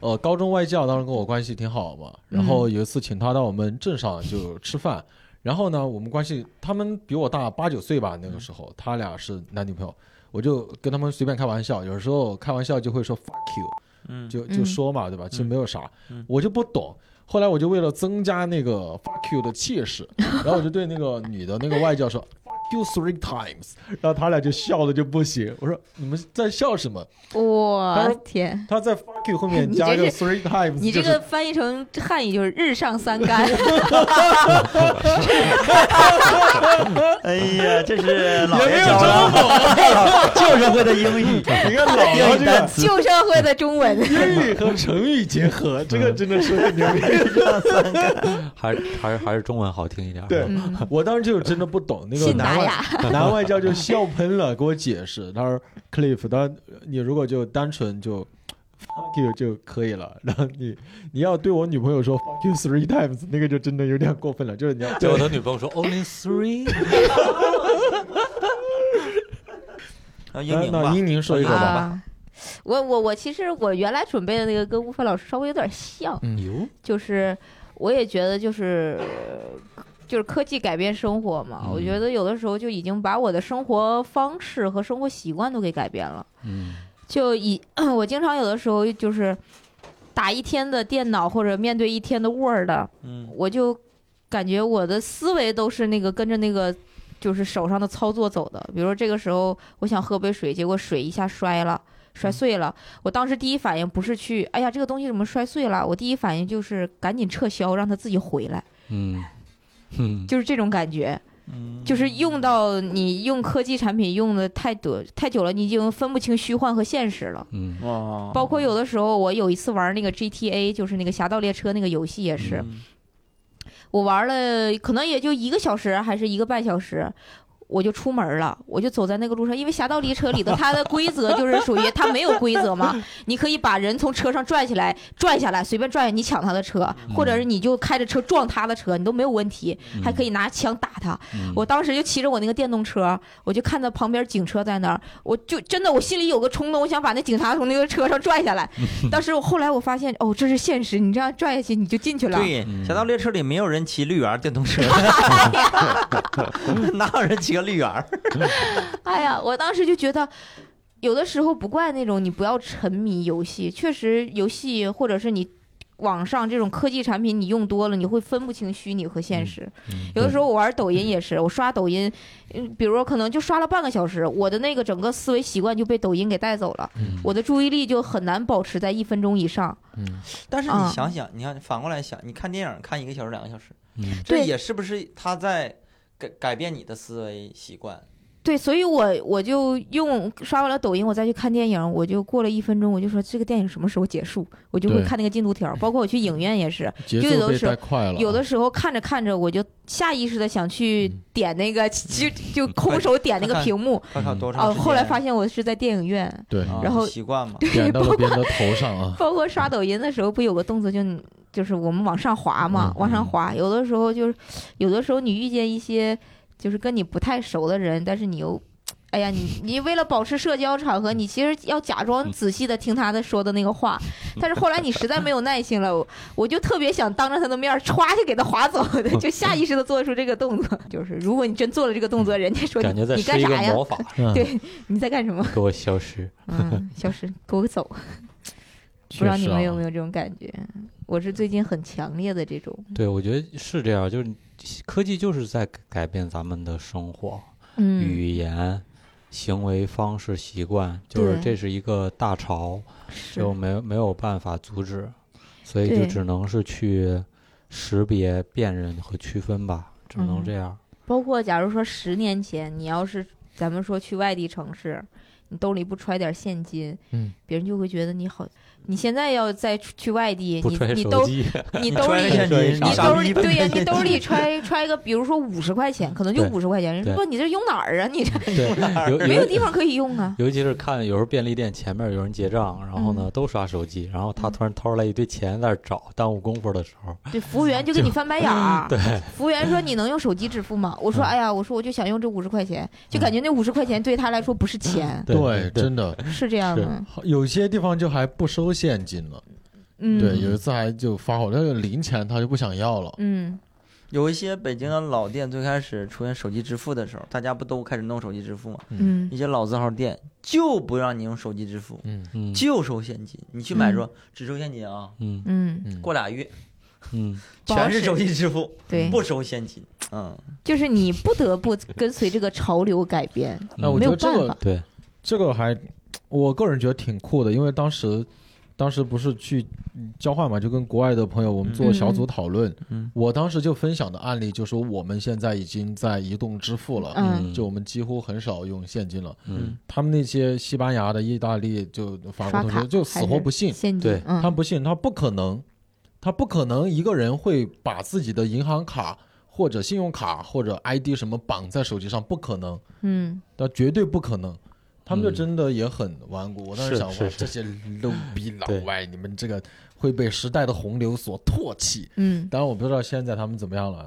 Speaker 2: 呃高中外教当时跟我关系挺好嘛，然
Speaker 3: 嗯
Speaker 2: 后有一次请他到我们镇上就吃饭，然后呢我们关系他们比我大八九岁吧，那个时候他俩是男女朋友，我就跟他们随便开玩笑，有时候开玩笑就会说 fuck you，
Speaker 4: 嗯，
Speaker 2: 就
Speaker 3: 嗯
Speaker 2: 就说嘛，对吧？其实没有啥
Speaker 4: 嗯，
Speaker 2: 我就不懂。后来我就为了增加那个 fuck you 的气势，然后我就对那个女的那个外教说 fuck you three times，然后他俩就笑的就不行。我说你们在笑什么？
Speaker 3: 我天！
Speaker 2: 他在 fuck you 后面加
Speaker 3: (laughs) 你
Speaker 2: 个
Speaker 3: 这
Speaker 2: three times，
Speaker 3: 你这
Speaker 2: 就是
Speaker 3: 个翻译成汉语就是日上三 (laughs) 竿，
Speaker 4: (laughs) 哎呀，这是老
Speaker 2: 也没
Speaker 4: 爷
Speaker 2: 有
Speaker 4: 教
Speaker 2: 这
Speaker 4: 的
Speaker 2: 么，猛。 (laughs)
Speaker 4: 旧社会的 (laughs) 英语，
Speaker 2: 你
Speaker 4: (laughs)
Speaker 2: 看 (laughs) 老
Speaker 4: 英
Speaker 2: 王
Speaker 4: 语
Speaker 2: 这
Speaker 4: 单
Speaker 2: 个
Speaker 4: 词
Speaker 3: 旧社会的中文。
Speaker 2: 英
Speaker 3: (laughs)
Speaker 2: 语和成语结合，这个真的是很牛逼。
Speaker 5: 还是还是还是中文好听一点。啊
Speaker 2: 对
Speaker 3: 嗯，
Speaker 2: 我当时就真的不懂那个
Speaker 3: 信
Speaker 2: 男
Speaker 3: 达
Speaker 2: 外
Speaker 3: 雅，
Speaker 2: 男外教就笑喷了，给我解释，他说 Cliff，他说你如果就单纯就 fuck you 就可以了，然后你你要对我女朋友说 fuck you three times，那个就真的有点过分了，就是你要
Speaker 5: 对我的女朋友说 only three，
Speaker 4: 啊英
Speaker 2: 那
Speaker 4: 宁吧
Speaker 2: 那，英宁说一个吧，
Speaker 3: 啊，我我我其实我原来准备的那个跟吴凡老师稍微有点像，
Speaker 5: 哟，
Speaker 3: 就是我也觉得就是就是科技改变生活嘛，
Speaker 5: 嗯
Speaker 3: 我觉得有的时候就已经把我的生活方式和生活习惯都给改变了。
Speaker 5: 嗯，
Speaker 3: 就以 (clears throat) 我经常有的时候就是打一天的电脑或者面对一天的 Word，
Speaker 4: 嗯
Speaker 3: 我就感觉我的思维都是那个跟着那个就是手上的操作走的。比如说这个时候我想喝杯水，结果水一下摔了。摔碎了，我当时第一反应不是去，哎呀，这个东西怎么摔碎了？我第一反应就是赶紧撤销，让它自己回来，
Speaker 5: 嗯嗯，
Speaker 3: 就是这种感觉，
Speaker 4: 嗯，
Speaker 3: 就是用到你用科技产品用的太多太久了，你已经分不清虚幻和现实了。
Speaker 5: 嗯
Speaker 4: 哇，
Speaker 3: 包括有的时候，我有一次玩那个 GTA，就是那个《侠盗猎车》那个游戏，也是、
Speaker 4: 嗯
Speaker 3: 我玩了，可能也就一个小时还是一个半小时。我就出门了，我就走在那个路上，因为《侠盗猎车》里的它的规则就是属于它没有规则嘛，你可以把人从车上拽起来，拽下来，随便拽，你抢他的车，或者是你就开着车撞他的车，你都没有问题，还可以拿枪打他。
Speaker 5: 嗯
Speaker 3: 我当时就骑着我那个电动车，我就看到旁边警车在那儿，我就真的我心里有个冲动，我想把那警察从那个车上拽下来。但是我后来我发现，哦，这是现实，你这样拽下去你就进去了。
Speaker 4: 对，
Speaker 5: 嗯
Speaker 4: 《侠盗猎车》里没有人骑绿园电动车， (laughs)
Speaker 3: 哎
Speaker 4: 哪有人骑个绿园？
Speaker 3: 哎呀，我当时就觉得。有的时候不怪那种你不要沉迷游戏，确实游戏或者是你网上这种科技产品你用多了，你会分不清虚拟和现实。
Speaker 5: 嗯
Speaker 3: 有的时候我玩抖音也是，我刷抖音，嗯，比如说可能就刷了半个小时，我的那个整个思维习惯就被抖音给带走了，
Speaker 5: 嗯
Speaker 3: 我的注意力就很难保持在一分钟以上。
Speaker 4: 但是
Speaker 3: 嗯
Speaker 4: 你想想，你看反过来想，你看电影看一个小时、两个小时，
Speaker 5: 嗯
Speaker 4: 这
Speaker 3: 对
Speaker 4: 也是不是他在改改变你的思维习惯？
Speaker 3: 对，所以我我就用刷完了抖音，我再去看电影，我就过了一分钟，我就说这个电影什么时候结束，我就会
Speaker 2: 对
Speaker 3: 看那个进度条。包括我去影院也是，
Speaker 2: 节
Speaker 3: 就有
Speaker 2: 奏
Speaker 3: 的
Speaker 2: 被
Speaker 3: 时候
Speaker 2: 带快了，啊
Speaker 3: 有的时候看着看着，我就下意识的想去
Speaker 2: 嗯
Speaker 3: 点那个， (laughs) 就就空手点那个屏幕。
Speaker 4: 快看多长
Speaker 3: 哦，
Speaker 4: 时间？
Speaker 3: 后来发现我是在电影院，
Speaker 2: 对，
Speaker 4: 啊
Speaker 3: 然后
Speaker 4: 习惯嘛，
Speaker 2: 点到
Speaker 3: 包
Speaker 2: 了
Speaker 3: 括
Speaker 2: 别人的头上
Speaker 5: (laughs)
Speaker 2: 啊，
Speaker 3: 包括刷抖音的时候，不有个动作就就是我们往上滑嘛，
Speaker 2: 嗯
Speaker 3: 往上滑。有的时候就是，有的时候你遇见一些就是跟你不太熟的人，但是你又，哎呀，你你为了保持社交场合，你其实要假装仔细的听他的说的那个
Speaker 5: (laughs)
Speaker 3: 话，但是后来你实在没有耐心了，我我就特别想当着他的面儿歘就给他划走
Speaker 5: (laughs)
Speaker 3: 的，就下意识的做出这个动作。就是如果你真做了这个动作，人家说
Speaker 5: 感觉
Speaker 3: 你
Speaker 5: 在
Speaker 3: 你
Speaker 5: 施
Speaker 3: 干
Speaker 5: 一个
Speaker 3: 啥呀？
Speaker 5: 魔法，
Speaker 3: 对，你在干什么？
Speaker 5: 给我消失。
Speaker 3: 嗯，消失，给我走。 (laughs)
Speaker 2: 不
Speaker 3: 不知道你们有没
Speaker 2: 有？
Speaker 3: 有这种感觉？我是最近很强烈的这种，
Speaker 5: 对，我觉得是这样，就是你科技就是在改变咱们的生活、
Speaker 3: 嗯，
Speaker 5: 语言、行为方式、习惯，就是
Speaker 3: 对
Speaker 5: 这是一个大潮，
Speaker 3: 是
Speaker 5: 就没有没有办法阻止，所以就
Speaker 3: 对
Speaker 5: 只能是去识别、辨认和区分吧，只能
Speaker 3: 嗯
Speaker 5: 这样。
Speaker 3: 包括假如说十年前，你要是咱们说去外地城市，你兜里不揣点现金，
Speaker 2: 嗯，
Speaker 3: 别人就会觉得你好。你现在要再去去外地，
Speaker 5: 不
Speaker 3: 你
Speaker 5: 揣
Speaker 3: 你
Speaker 5: 手
Speaker 3: 兜
Speaker 5: 机， (laughs)
Speaker 3: 你
Speaker 4: 你
Speaker 3: 兜
Speaker 4: 揣
Speaker 3: 里
Speaker 4: 一下
Speaker 5: 你
Speaker 4: 你
Speaker 3: 你
Speaker 4: 傻
Speaker 3: 兜
Speaker 4: 逼
Speaker 3: 里
Speaker 4: 吧
Speaker 3: 对呀、你兜里
Speaker 4: 你
Speaker 3: 揣揣个，比如说五十块钱，可能就
Speaker 5: 对
Speaker 3: 五十块钱。人
Speaker 5: 对
Speaker 3: 说你这用哪儿啊？你这
Speaker 5: 有
Speaker 3: 没有
Speaker 5: 有，
Speaker 3: 地方可以用
Speaker 4: (laughs)
Speaker 3: 啊。
Speaker 5: 尤其是看有时候便利店前面有人结账，然后呢
Speaker 3: 嗯
Speaker 5: 都刷手机，然后他
Speaker 3: 嗯
Speaker 5: 突然掏出来一堆钱在那儿找，耽误功夫的时
Speaker 4: 嗯
Speaker 5: 候，
Speaker 3: 对，服务员就给你翻白眼
Speaker 2: 嗯
Speaker 3: 儿。对，服务员说：“你能用手机支付吗？”我说：“哎呀，我说我就想用这五十块钱，就感觉那五十块钱对他来说不是
Speaker 2: 嗯
Speaker 3: 钱，
Speaker 2: 对，
Speaker 5: 对
Speaker 2: 真的，
Speaker 3: 是这样的。
Speaker 2: 有些地方就还不收现金了。
Speaker 3: 嗯，
Speaker 2: 对，有一次还就发火，那个零钱他就不想要了。
Speaker 3: 嗯，
Speaker 4: (laughs) 有一些北京的老店最开始出现手机支付的时候，大家不都开始弄手机支付吗？
Speaker 3: 嗯
Speaker 4: 一些老字号店就不让你用手机支付，
Speaker 2: 嗯
Speaker 5: 嗯
Speaker 4: 就收现金。你去买
Speaker 3: 嗯
Speaker 4: 说只收现金啊，
Speaker 5: 嗯
Speaker 3: 嗯，
Speaker 2: 嗯，
Speaker 4: 过俩月
Speaker 5: 嗯，
Speaker 3: 不好
Speaker 4: 全是
Speaker 3: 使
Speaker 4: 手机支付，
Speaker 3: 对，
Speaker 4: 不收现金。嗯，
Speaker 3: 就是你不得不跟随这个潮流改变，
Speaker 2: 哎，我
Speaker 3: 没
Speaker 2: 觉得
Speaker 3: 有
Speaker 2: 这
Speaker 3: 办
Speaker 2: 个
Speaker 3: 法。
Speaker 5: 对，
Speaker 2: 这个还，我个人觉得挺酷的，因为当时。当时不是去嗯交换嘛，就跟国外的朋友，我们做小组讨论。
Speaker 4: 嗯嗯
Speaker 2: 我当时就分享的案例就说，我们现在已经在移动支付了，
Speaker 3: 嗯
Speaker 2: 就我们几乎很少用现金了。
Speaker 5: 嗯
Speaker 2: 他们那些西班牙的、意大利就法国
Speaker 3: 刷
Speaker 2: 同
Speaker 3: 卡
Speaker 2: 学就死
Speaker 3: 还
Speaker 2: 活
Speaker 3: 是
Speaker 2: 不信，
Speaker 3: 现金
Speaker 5: 对，
Speaker 3: 嗯
Speaker 2: 他不信，他不可能，他不可能一个人会把自己的银行卡或者信用卡或者 ID 什么绑在手机上，不可能，
Speaker 3: 嗯，
Speaker 2: 那绝对不可能。他们就
Speaker 5: 嗯
Speaker 2: 真的也很顽固，我当时
Speaker 5: 是
Speaker 2: 想，
Speaker 5: 嗯是
Speaker 2: 哇，
Speaker 5: 是
Speaker 2: 这些 low 逼老
Speaker 5: 对
Speaker 2: 外，你们这个会被时代的洪流所唾弃。
Speaker 3: 嗯。
Speaker 2: 当然，我不知道现在他们怎么样了，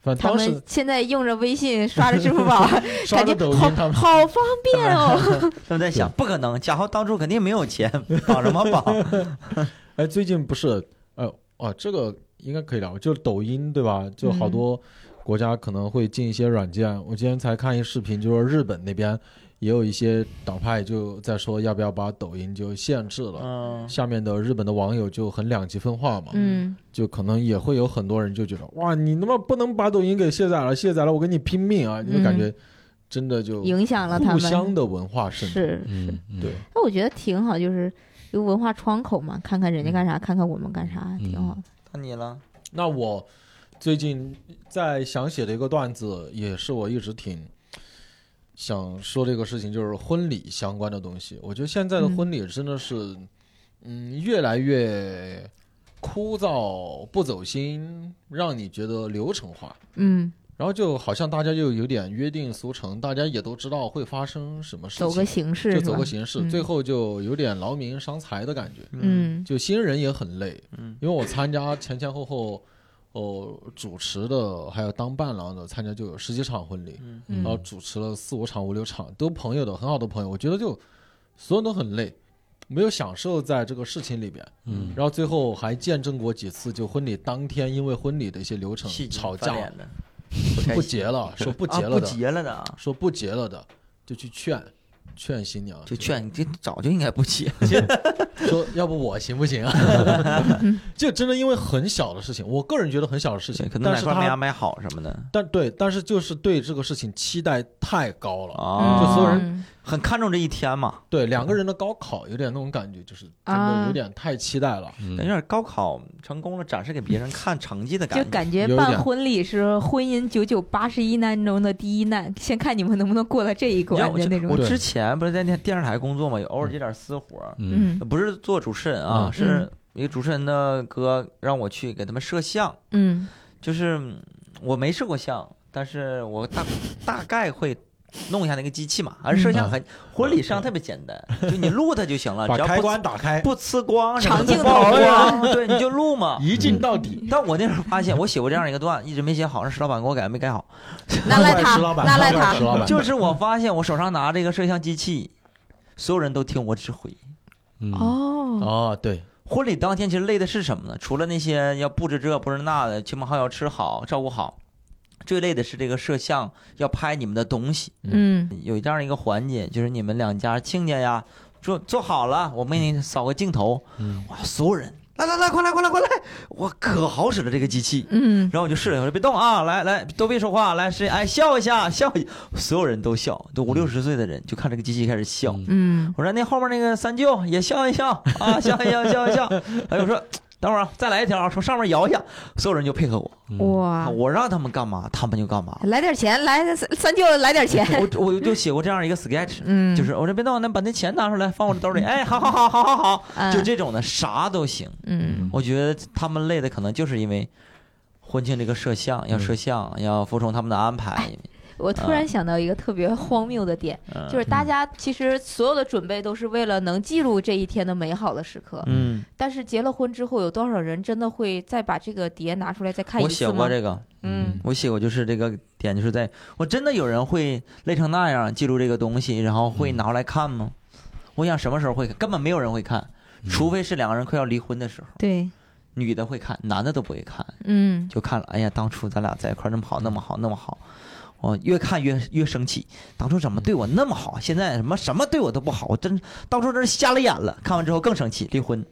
Speaker 2: 反正
Speaker 3: 他
Speaker 2: 当时
Speaker 3: 们现在用着微信刷着支付宝，
Speaker 2: (laughs) 刷
Speaker 3: 感
Speaker 2: 着
Speaker 3: 觉
Speaker 2: 抖音，
Speaker 3: 好
Speaker 2: 他们
Speaker 3: 好方便哦。
Speaker 4: (laughs) 他们在想，不可能，贾浩当初肯定没有钱，绑什么
Speaker 2: (laughs)
Speaker 4: 绑？
Speaker 2: 哎，最近不是，呃，哦、这个应该可以聊，就是抖音对吧？就好
Speaker 3: 嗯
Speaker 2: 多国家可能会进一些软件。我今天才看一视频，就说日本那边也有一些党派就在说要不要把抖音就限制了。
Speaker 4: 嗯，
Speaker 2: 下面的日本的网友就很两极分化嘛，
Speaker 3: 嗯，
Speaker 2: 就可能也会有很多人就觉得哇，你他妈不能把抖音给卸载了，卸载了我跟你拼命啊！你就感觉真的就
Speaker 3: 嗯影响了他
Speaker 2: 互相
Speaker 3: 们，
Speaker 2: 的文化渗透，
Speaker 3: 是是。
Speaker 5: 嗯，嗯
Speaker 2: 对，
Speaker 3: 那我觉得挺好，就是一个文化窗口嘛，看看人家干啥，看看我们干啥，挺好的。
Speaker 4: 那你了？
Speaker 2: 那我最近在想写的一个段子，也是我一直挺想说这个事情，就是婚礼相关的东西。我觉得现在的
Speaker 3: 嗯
Speaker 2: 婚礼真的是，嗯越来越枯燥、不走心，让你觉得流程化。
Speaker 3: 嗯，
Speaker 2: 然后就好像大家就有点约定俗成，大家也都知道会发生什么事情，
Speaker 3: 走个形式
Speaker 2: 就是走
Speaker 3: 吧
Speaker 2: 个？形式，
Speaker 3: 嗯
Speaker 2: 最后就有点劳民伤财的感觉。
Speaker 3: 嗯
Speaker 2: 就新人也很累，
Speaker 4: 嗯
Speaker 2: 因为我参加前前后后，哦、主持的还有当伴郎的，参加就有十几场婚礼，
Speaker 4: 嗯
Speaker 3: 嗯
Speaker 2: 然后主持了四五场、五六场，都朋友的，很好的朋友，我觉得就所有人都很累，没有享受在这个事情里边，
Speaker 5: 嗯
Speaker 2: 然后最后还见证过几次，就婚礼当天因为婚礼的一些流程
Speaker 4: 戏
Speaker 2: 吵
Speaker 4: 翻
Speaker 2: 架，
Speaker 4: 脸的，
Speaker 2: 不 (laughs) 结了，说不
Speaker 4: 不
Speaker 2: 结
Speaker 4: 不
Speaker 2: 了的，
Speaker 4: 结了的啊，
Speaker 2: 说不结了的，就去劝。劝新娘
Speaker 4: 就劝你，这早就应该不结。
Speaker 2: (laughs) 说，要不我行不 (laughs) 行啊？
Speaker 3: 嗯
Speaker 2: 就真的因为很小的事情，我个人觉得很小的事情，
Speaker 4: 可能
Speaker 2: 但
Speaker 4: 哪
Speaker 2: 是
Speaker 4: 块没
Speaker 2: 他嗯
Speaker 4: 安排好什么的
Speaker 2: 但对，但是就是对这个事情期待太高了，
Speaker 4: 啊，
Speaker 2: 就所有人
Speaker 3: 嗯
Speaker 4: 很看重这一天嘛，
Speaker 2: 对两个人的高考有点那种感觉，就是真的
Speaker 3: 啊
Speaker 2: 有点太期待了。
Speaker 5: 嗯
Speaker 4: 有点高考成功了展示给别人看成绩的
Speaker 3: 就
Speaker 4: 感觉。
Speaker 3: 感觉
Speaker 2: 有
Speaker 3: 办
Speaker 2: 点
Speaker 3: 婚礼是婚姻九九八十一难中的第一难，先看你们能不能过了这一
Speaker 4: 你
Speaker 3: 关
Speaker 4: 看我
Speaker 3: 的那
Speaker 4: 之
Speaker 3: 种
Speaker 4: 我。
Speaker 2: 对
Speaker 4: 之前不是在电电视台工作嘛，有偶尔接点私活儿，
Speaker 5: 嗯
Speaker 3: 嗯
Speaker 4: 不是做主持人啊，
Speaker 5: 嗯
Speaker 4: 是一个主持人的哥让我去给他们摄像，
Speaker 3: 嗯
Speaker 4: 就是嗯我没摄过像，但是我大大概会。弄一下那个机器嘛，而摄像很婚礼摄像特别简单，就你录它就行了，
Speaker 2: 嗯把
Speaker 4: 只要
Speaker 2: 开
Speaker 4: 不
Speaker 2: 关打开，
Speaker 4: 不呲光，
Speaker 3: 长镜头啊
Speaker 4: 曝
Speaker 3: 是吧
Speaker 4: 光，对，你就录
Speaker 3: 啊
Speaker 4: 嘛。
Speaker 2: 一镜到底。
Speaker 4: 但我那会儿发现，我写过这样一个段，一直没写好，让石老板给我改，没改好。
Speaker 3: 嗯那赖他
Speaker 2: 石老板，
Speaker 3: 那赖
Speaker 2: 石老
Speaker 3: 他。
Speaker 2: 板，
Speaker 4: 就是我发现我手上拿这个摄像机器，所有人都听我指挥。
Speaker 5: 嗯，
Speaker 3: 哦，
Speaker 2: 哦，对，
Speaker 4: 婚礼当天其实累的是什么呢？除了那些要布置这布置那的，亲朋好友吃好照顾好，最累的是这个摄像要拍你们的东西。
Speaker 3: 嗯
Speaker 4: 有这样一个环节，就是你们两家亲家呀，做做好了，我们给你扫个镜头，
Speaker 5: 嗯
Speaker 4: 哇，所有人来来来，快来快来快来，我可好使了这个机器。
Speaker 3: 嗯，
Speaker 4: 然后我就试了一下，我说别动啊，来来，都别说话，来谁哎笑一下，笑一下，所有人都笑，都五六十岁的人就看这个机器开始笑。
Speaker 5: 嗯
Speaker 3: 嗯，
Speaker 4: 我说那后面那个三舅也笑一笑啊，笑一笑，笑一笑。哎，我说等会儿啊再来一条啊，从上面摇一下，所有人就配合我，
Speaker 5: 嗯
Speaker 3: 哇，
Speaker 4: 我让他们干嘛，他们就干嘛。
Speaker 3: 来点钱，来三三舅来点钱。
Speaker 4: 我我就写过这样一个 sketch，
Speaker 3: 嗯，
Speaker 4: 就是我说别动，那把那钱拿出来放我这兜里。哎，好好好好好好，
Speaker 3: 嗯
Speaker 4: 就这种的啥都行。
Speaker 3: 嗯
Speaker 4: 我觉得他们累的可能就是因为婚庆这个摄像，要摄像，要服从他们的安排。
Speaker 3: 我突然想到一个特别荒谬的点，
Speaker 4: 嗯
Speaker 3: 哎就是大家其实所有的准备都是为了能记录这一天的美好的时刻，
Speaker 4: 嗯，
Speaker 3: 但是结了婚之后，有多少人真的会再把这个碟拿出来再看一
Speaker 4: 我
Speaker 3: 次
Speaker 4: 写
Speaker 3: 吗
Speaker 4: 过？这个，
Speaker 3: 嗯
Speaker 4: 我写过就是这个点，就是在我真的有人会累成那样记录这个东西，然后会拿出来看吗？我想什么时候会看？根本没有人会看，除非是两个人快要离婚的时候，
Speaker 3: 对，
Speaker 4: 女的会看，男的都不会看，
Speaker 3: 嗯，
Speaker 4: 就看了。哎呀，当初咱俩在一块儿那么好，那么好，那么好。我越看越越生气，当初怎么对我那么好，现在什么什么对我都不好，我真当初真是瞎了眼了。看完之后更生气，离婚，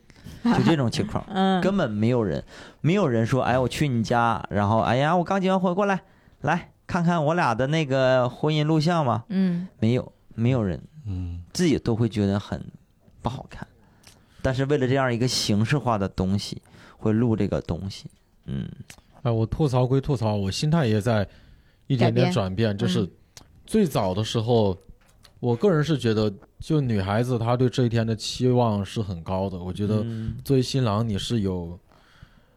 Speaker 4: 就这种情况。
Speaker 3: (laughs) 嗯，
Speaker 4: 根本没有人，没有人说，哎，我去你家，然后，哎呀，我刚结完婚，过来，来看看我俩的那个婚姻录像吧。
Speaker 3: 嗯
Speaker 4: 没有，没有人，
Speaker 5: 嗯
Speaker 4: 自己都会觉得很不好看。但是为了这样一个形式化的东西，会录这个东西，嗯，
Speaker 2: 哎，我吐槽归吐槽，我心态也在一点点转变。
Speaker 3: 嗯
Speaker 2: 就是最早的时候，我个人是觉得，就女孩子她对这一天的期望是很高的。我觉得
Speaker 4: 嗯
Speaker 2: 作为新郎，你是有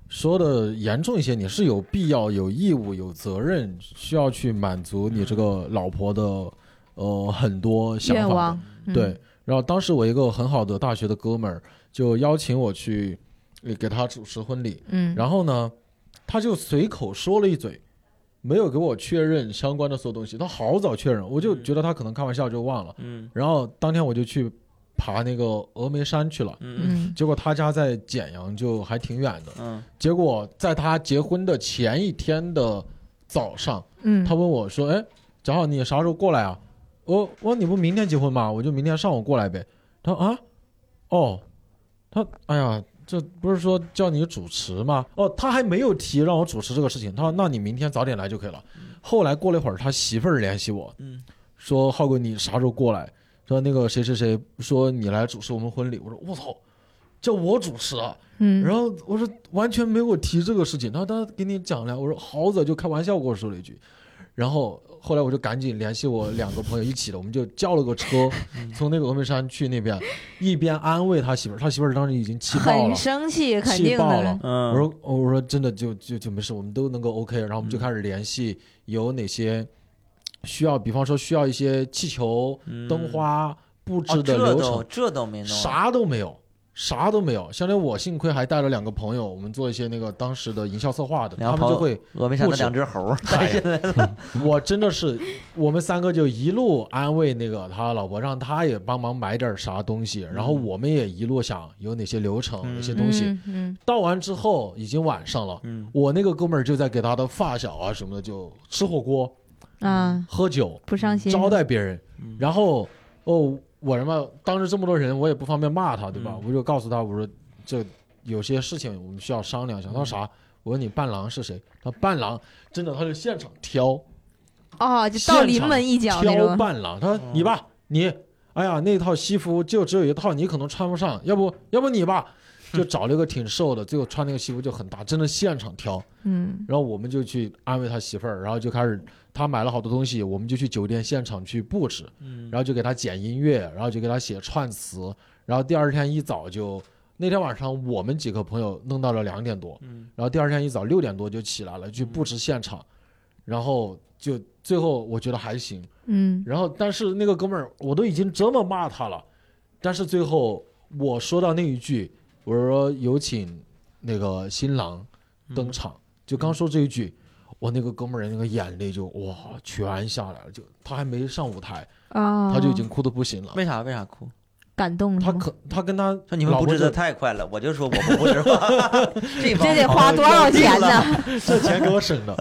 Speaker 2: 说的严重一些，你是有必要、有义务、有责任，需要去满足你这个老婆的呃很多想
Speaker 3: 愿
Speaker 2: 法的。
Speaker 3: 望，嗯
Speaker 2: 对，，然后当时我一个很好的大学的哥们儿就邀请我去呃给他主持婚礼，
Speaker 3: 嗯，
Speaker 2: 然后呢，他就随口说了一嘴，没有给我确认相关的所有东西，他好早确认，我
Speaker 3: 嗯
Speaker 2: 就觉得他可能开玩笑就忘了。
Speaker 4: 嗯
Speaker 2: 然后当天我就去爬那个峨眉山去了，
Speaker 4: 嗯
Speaker 3: 嗯
Speaker 2: 结果他家在简阳，就还挺远的。
Speaker 4: 嗯
Speaker 2: 结果在他结婚的前一天的早上，
Speaker 3: 嗯，
Speaker 2: 他问我说：“哎，正好你啥时候过来啊？”我我说你不明天结婚吗？我就明天上午过来呗。他说啊，哦，他哎呀，这不是说叫你主持吗？哦，他还没有提让我主持这个事情。他说那你明天早点来就可以了。后来过了一会儿，他媳妇儿联系我
Speaker 4: 嗯
Speaker 2: 说：“浩哥，你啥时候过来？”说那个谁谁谁说你来主持我们婚礼。我说我操，叫我主持啊？
Speaker 3: 嗯，
Speaker 2: 然后我说完全没有提这个事情，然后他给你讲了，我说好早就开玩笑跟我说了一句，然后后来我就赶紧联系我两个朋友一起的，我们就叫了个车
Speaker 3: 嗯
Speaker 2: 从那个峨眉山去那边，一边安慰他媳妇儿，他媳妇儿当时已经气爆了
Speaker 3: 很，生气，肯
Speaker 2: 气
Speaker 3: 定
Speaker 2: 爆了
Speaker 3: 的，。
Speaker 4: 嗯
Speaker 2: 我说哦我说真的就就就没事，我们都能够 OK，然后我们就开始联系有哪些需要，比方说需要一些气球、灯花布置
Speaker 4: 嗯
Speaker 2: 的
Speaker 4: 哦，这
Speaker 2: 流程
Speaker 4: 都，这都没弄，啊
Speaker 2: 啥都没有，啥都没有。相当于我幸亏还带了两个朋友，我们做一些那个当时的营销策划的，
Speaker 4: 然
Speaker 2: 他
Speaker 4: 后
Speaker 2: 们就会，
Speaker 4: 峨眉山
Speaker 2: 不
Speaker 4: 的
Speaker 2: 止
Speaker 4: 两只猴儿，
Speaker 2: (laughs) 哎呀我真的是，我们三个就一路安慰那个他老婆，让他也帮忙买点啥东西，然后我们也一路想有哪些流程、
Speaker 4: 嗯
Speaker 2: 哪些东西。
Speaker 3: 嗯嗯
Speaker 2: 到完之后已经晚上了，
Speaker 4: 嗯
Speaker 2: 我那个哥们儿就在给他的发小啊什么的就吃火锅、
Speaker 3: 啊，
Speaker 2: 喝酒，
Speaker 3: 不上心，
Speaker 2: 招待别人
Speaker 4: 嗯，
Speaker 2: 然后哦，我什么当着这么多人，我也不方便骂他，对吧？我就告诉他，我说这有些事情我们需要商量一下。他说啥？我说你伴郎是谁？他说伴郎真的，他就现场挑
Speaker 3: 哦，就到
Speaker 2: 现
Speaker 3: 临
Speaker 2: 场
Speaker 3: 门一脚那
Speaker 2: 挑
Speaker 3: 种，
Speaker 2: 伴郎。他说你吧，你哎呀，那套西服就只有一套，你可能穿不上，要不要不你吧？就找了一个挺瘦的，最后穿那个西服就很大，真的现场挑。
Speaker 3: 嗯，
Speaker 2: 然后我们就去安慰他媳妇儿，然后就开始他买了好多东西，我们就去酒店现场去布置，
Speaker 5: 嗯，
Speaker 2: 然后就给他剪音乐，然后就给他写串词，然后第二天一早就那天晚上我们几个朋友弄到了两点多，
Speaker 5: 嗯
Speaker 2: 然后第二天一早六点多就起来了去布置现场，然后就最后我觉得还行，
Speaker 3: 嗯，
Speaker 2: 然后但是那个哥们儿我都已经这么骂他了，但是最后我说到那一句，我说有请那个新郎
Speaker 4: 嗯
Speaker 2: 登场，就刚说这一句，我那个哥们儿那个眼泪就哇全下来了，就他还没上舞台，
Speaker 3: 啊，
Speaker 2: 他就已经哭的不行了。
Speaker 4: 为啥为啥哭？
Speaker 3: 感动
Speaker 2: 他
Speaker 3: 了吗，
Speaker 2: 可他跟他
Speaker 4: 说你们
Speaker 2: 老
Speaker 4: 布
Speaker 2: 婆
Speaker 4: 置的
Speaker 2: 这
Speaker 4: 太快了，我就说我不布置
Speaker 2: (laughs)
Speaker 4: 吧，这
Speaker 3: 这
Speaker 4: 帮
Speaker 3: 得花多少钱呢？嗯
Speaker 2: 这钱给我省 (laughs) 的，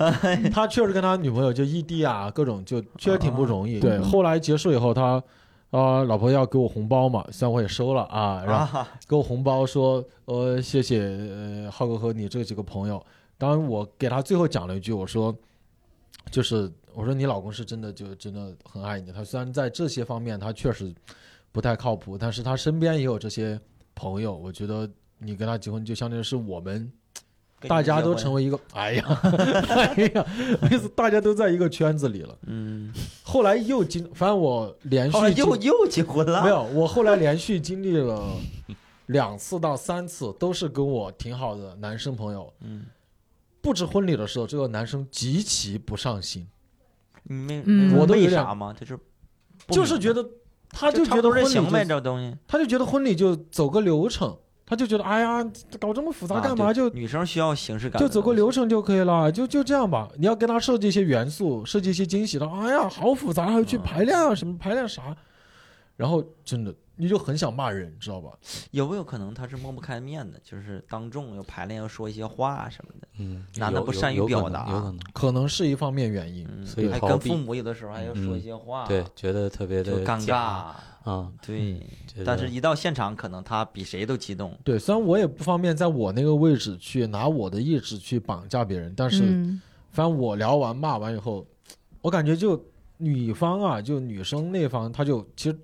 Speaker 2: 他确实跟他女朋友就异地啊，各种就确实挺不容易。对，后来结束以后他。啊、老婆要给我红包嘛，虽然我也收了啊，然后
Speaker 4: 啊？
Speaker 2: 给我红包说，呃，谢谢呃浩哥和你这几个朋友。当然，我给他最后讲了一句，我说，就是我说你老公是真的就真的很爱你。他虽然在这些方面他确实不太靠谱，但是他身边也有这些朋友。我觉得你跟他结婚，就相当于是我们
Speaker 4: 跟你们
Speaker 2: 大家都
Speaker 4: 结婚
Speaker 2: 成
Speaker 4: (laughs)
Speaker 2: 为一个，哎呀， (laughs) 哎呀，我意思大家都在一个圈子里了。
Speaker 4: 嗯，
Speaker 2: 后来又经，反正我连续
Speaker 4: 后来
Speaker 2: 经
Speaker 4: 哦又又结婚了，
Speaker 2: 没有，我后来连续经历了两次到三次，都是跟我挺好的男生朋友。
Speaker 4: 嗯，
Speaker 2: 布置婚礼的时候，这个男生极其不上心，
Speaker 4: 你没
Speaker 3: 嗯
Speaker 4: 没
Speaker 2: 我都有
Speaker 4: 为
Speaker 2: 点
Speaker 4: 啥吗？就是不
Speaker 2: 就是
Speaker 4: 明
Speaker 2: 觉
Speaker 4: 白
Speaker 2: 得他
Speaker 4: 就
Speaker 2: 就
Speaker 4: 差
Speaker 2: 觉得
Speaker 4: 不多
Speaker 2: 婚
Speaker 4: 是
Speaker 2: 礼
Speaker 4: 行呗，
Speaker 2: 就
Speaker 4: 这东西
Speaker 2: 他就觉得婚礼就走个流程，他就觉得哎呀，搞这么复杂
Speaker 4: 啊
Speaker 2: 干嘛？就
Speaker 4: 女生需要形式感的东
Speaker 2: 就
Speaker 4: 西，
Speaker 2: 走个流程就可以了，就就这样吧。你要跟他设计一些元素，设计一些惊喜的。哎呀，好复杂，还要
Speaker 4: 嗯
Speaker 2: 去排练啊，什么排练啥？然后真的，你就很想骂人，知道吧？
Speaker 4: 有没有可能他是抹不开面的，就是当众又排练又说一些话什么的，
Speaker 5: 嗯，
Speaker 4: 男的
Speaker 5: 有
Speaker 4: 不
Speaker 5: 有
Speaker 4: 善于
Speaker 5: 有可
Speaker 4: 表
Speaker 5: 能
Speaker 4: 达
Speaker 5: 有可能，
Speaker 2: 可能是一方面原因。
Speaker 4: 嗯，
Speaker 5: 所以
Speaker 4: 还
Speaker 5: 逃
Speaker 4: 跟
Speaker 5: 避
Speaker 4: 父母有的时候还要说
Speaker 5: 嗯
Speaker 4: 一些话，
Speaker 5: 对，觉得特别
Speaker 4: 啊就
Speaker 5: 的
Speaker 4: 尴
Speaker 5: 假
Speaker 4: 尬，
Speaker 5: 啊，
Speaker 2: 嗯
Speaker 4: 对。
Speaker 5: 觉
Speaker 4: 但
Speaker 5: 得嗯
Speaker 4: 是，一到现场，可能他比谁都激动。
Speaker 2: 对，虽然我也不方便在我那个位置去拿我的意志去绑架别人，但是
Speaker 3: 嗯
Speaker 2: 反正我聊完骂完以后，我感觉就女方啊，就女生那方，她就其实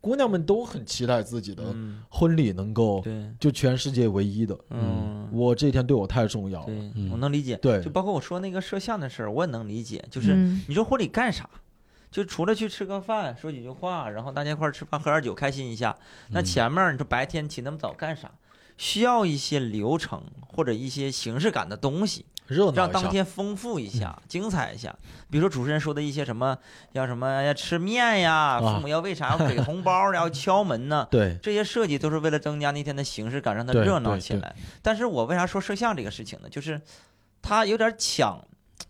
Speaker 2: 姑娘们都很期待自己的
Speaker 4: 嗯，
Speaker 2: 婚礼能够
Speaker 4: 对，
Speaker 2: 就全世界唯一的，
Speaker 4: 嗯，
Speaker 2: 我这一天对我太重要了。
Speaker 4: 对，
Speaker 5: 嗯
Speaker 4: 我能理解。
Speaker 2: 哦对
Speaker 4: 就包括我说那个摄像的事儿，我也能理解。就是
Speaker 3: 嗯
Speaker 4: 你说婚礼干啥？就除了去吃个饭，说几句话，然后大家一块儿吃饭喝点酒，开心一下。那
Speaker 5: 嗯
Speaker 4: 前面儿你说白天起那么早干啥？需要一些流程或者一些形式感的东西，
Speaker 2: 热闹
Speaker 4: 让
Speaker 2: 一
Speaker 4: 当
Speaker 2: 下。
Speaker 4: 天丰富一下、精彩一下。比如说主持人说的一些什么，要什么要吃面呀，
Speaker 2: 啊
Speaker 4: 父母要为啥要给红包儿，然后敲门呢？
Speaker 2: 对，
Speaker 4: 这些设计都是为了增加那天的形式感，让它
Speaker 2: 对
Speaker 4: 热闹
Speaker 2: 对
Speaker 4: 起
Speaker 2: 对
Speaker 4: 来。但是我为啥说摄像这个事情呢？就是他有点抢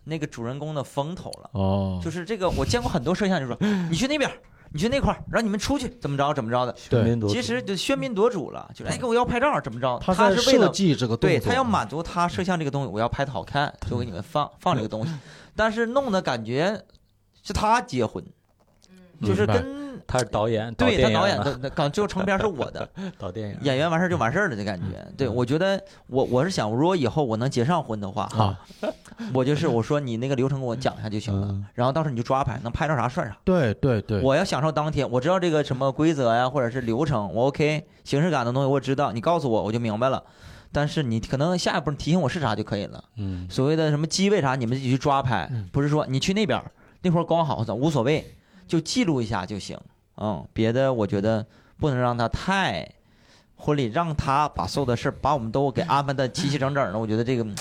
Speaker 4: 那个主人公的风头了。
Speaker 2: 哦，
Speaker 4: 就是这个，我见过很多摄像，就说你去那边儿，你去那块儿，让你们出去，怎么着怎么着的。
Speaker 5: 喧
Speaker 2: 对，嗯
Speaker 5: 宾夺
Speaker 4: 其
Speaker 5: 主
Speaker 4: 实就喧宾夺主了，就是哎，给我要拍照怎么着？
Speaker 2: 他
Speaker 4: 他
Speaker 2: 在
Speaker 4: 是为
Speaker 2: 设
Speaker 4: 了
Speaker 2: 计这个动作，
Speaker 4: 对他要满足他摄像这个东西，我要拍的好看，就给你们放放这个
Speaker 2: 嗯
Speaker 4: 东西。但是弄的感觉是他结婚，就是
Speaker 2: 明白
Speaker 4: 跟
Speaker 5: 他是导演，
Speaker 4: 对他
Speaker 5: 电
Speaker 4: 导
Speaker 5: 影
Speaker 4: 演
Speaker 5: 呢
Speaker 4: 的，那刚最后成片是我的，
Speaker 5: 导电影
Speaker 4: 演员完事儿就完事儿了的感觉。对，我觉得我我是想，如果以后我能结上婚的话，哈， (laughs) 我就是我说你那个流程给我讲一下就行了
Speaker 5: 嗯，
Speaker 4: 然后到时候你就抓拍，能拍着啥算啥。
Speaker 2: 对对对，
Speaker 4: 我要享受当天，我知道这个什么规则呀，或者是流程，我 OK，形式感的东西我知道，你告诉我我就明白了。但是你可能下一步你提醒我是啥就可以了。
Speaker 5: 嗯
Speaker 4: 所谓的什么机位啥，你们自己去抓拍，不是说你去那边儿那会儿刚好无所谓，就记录一下就行。嗯，别的我觉得不能让他太婚礼，让他把所有的事儿把我们都给安排的齐齐整整的，我觉得这个嗯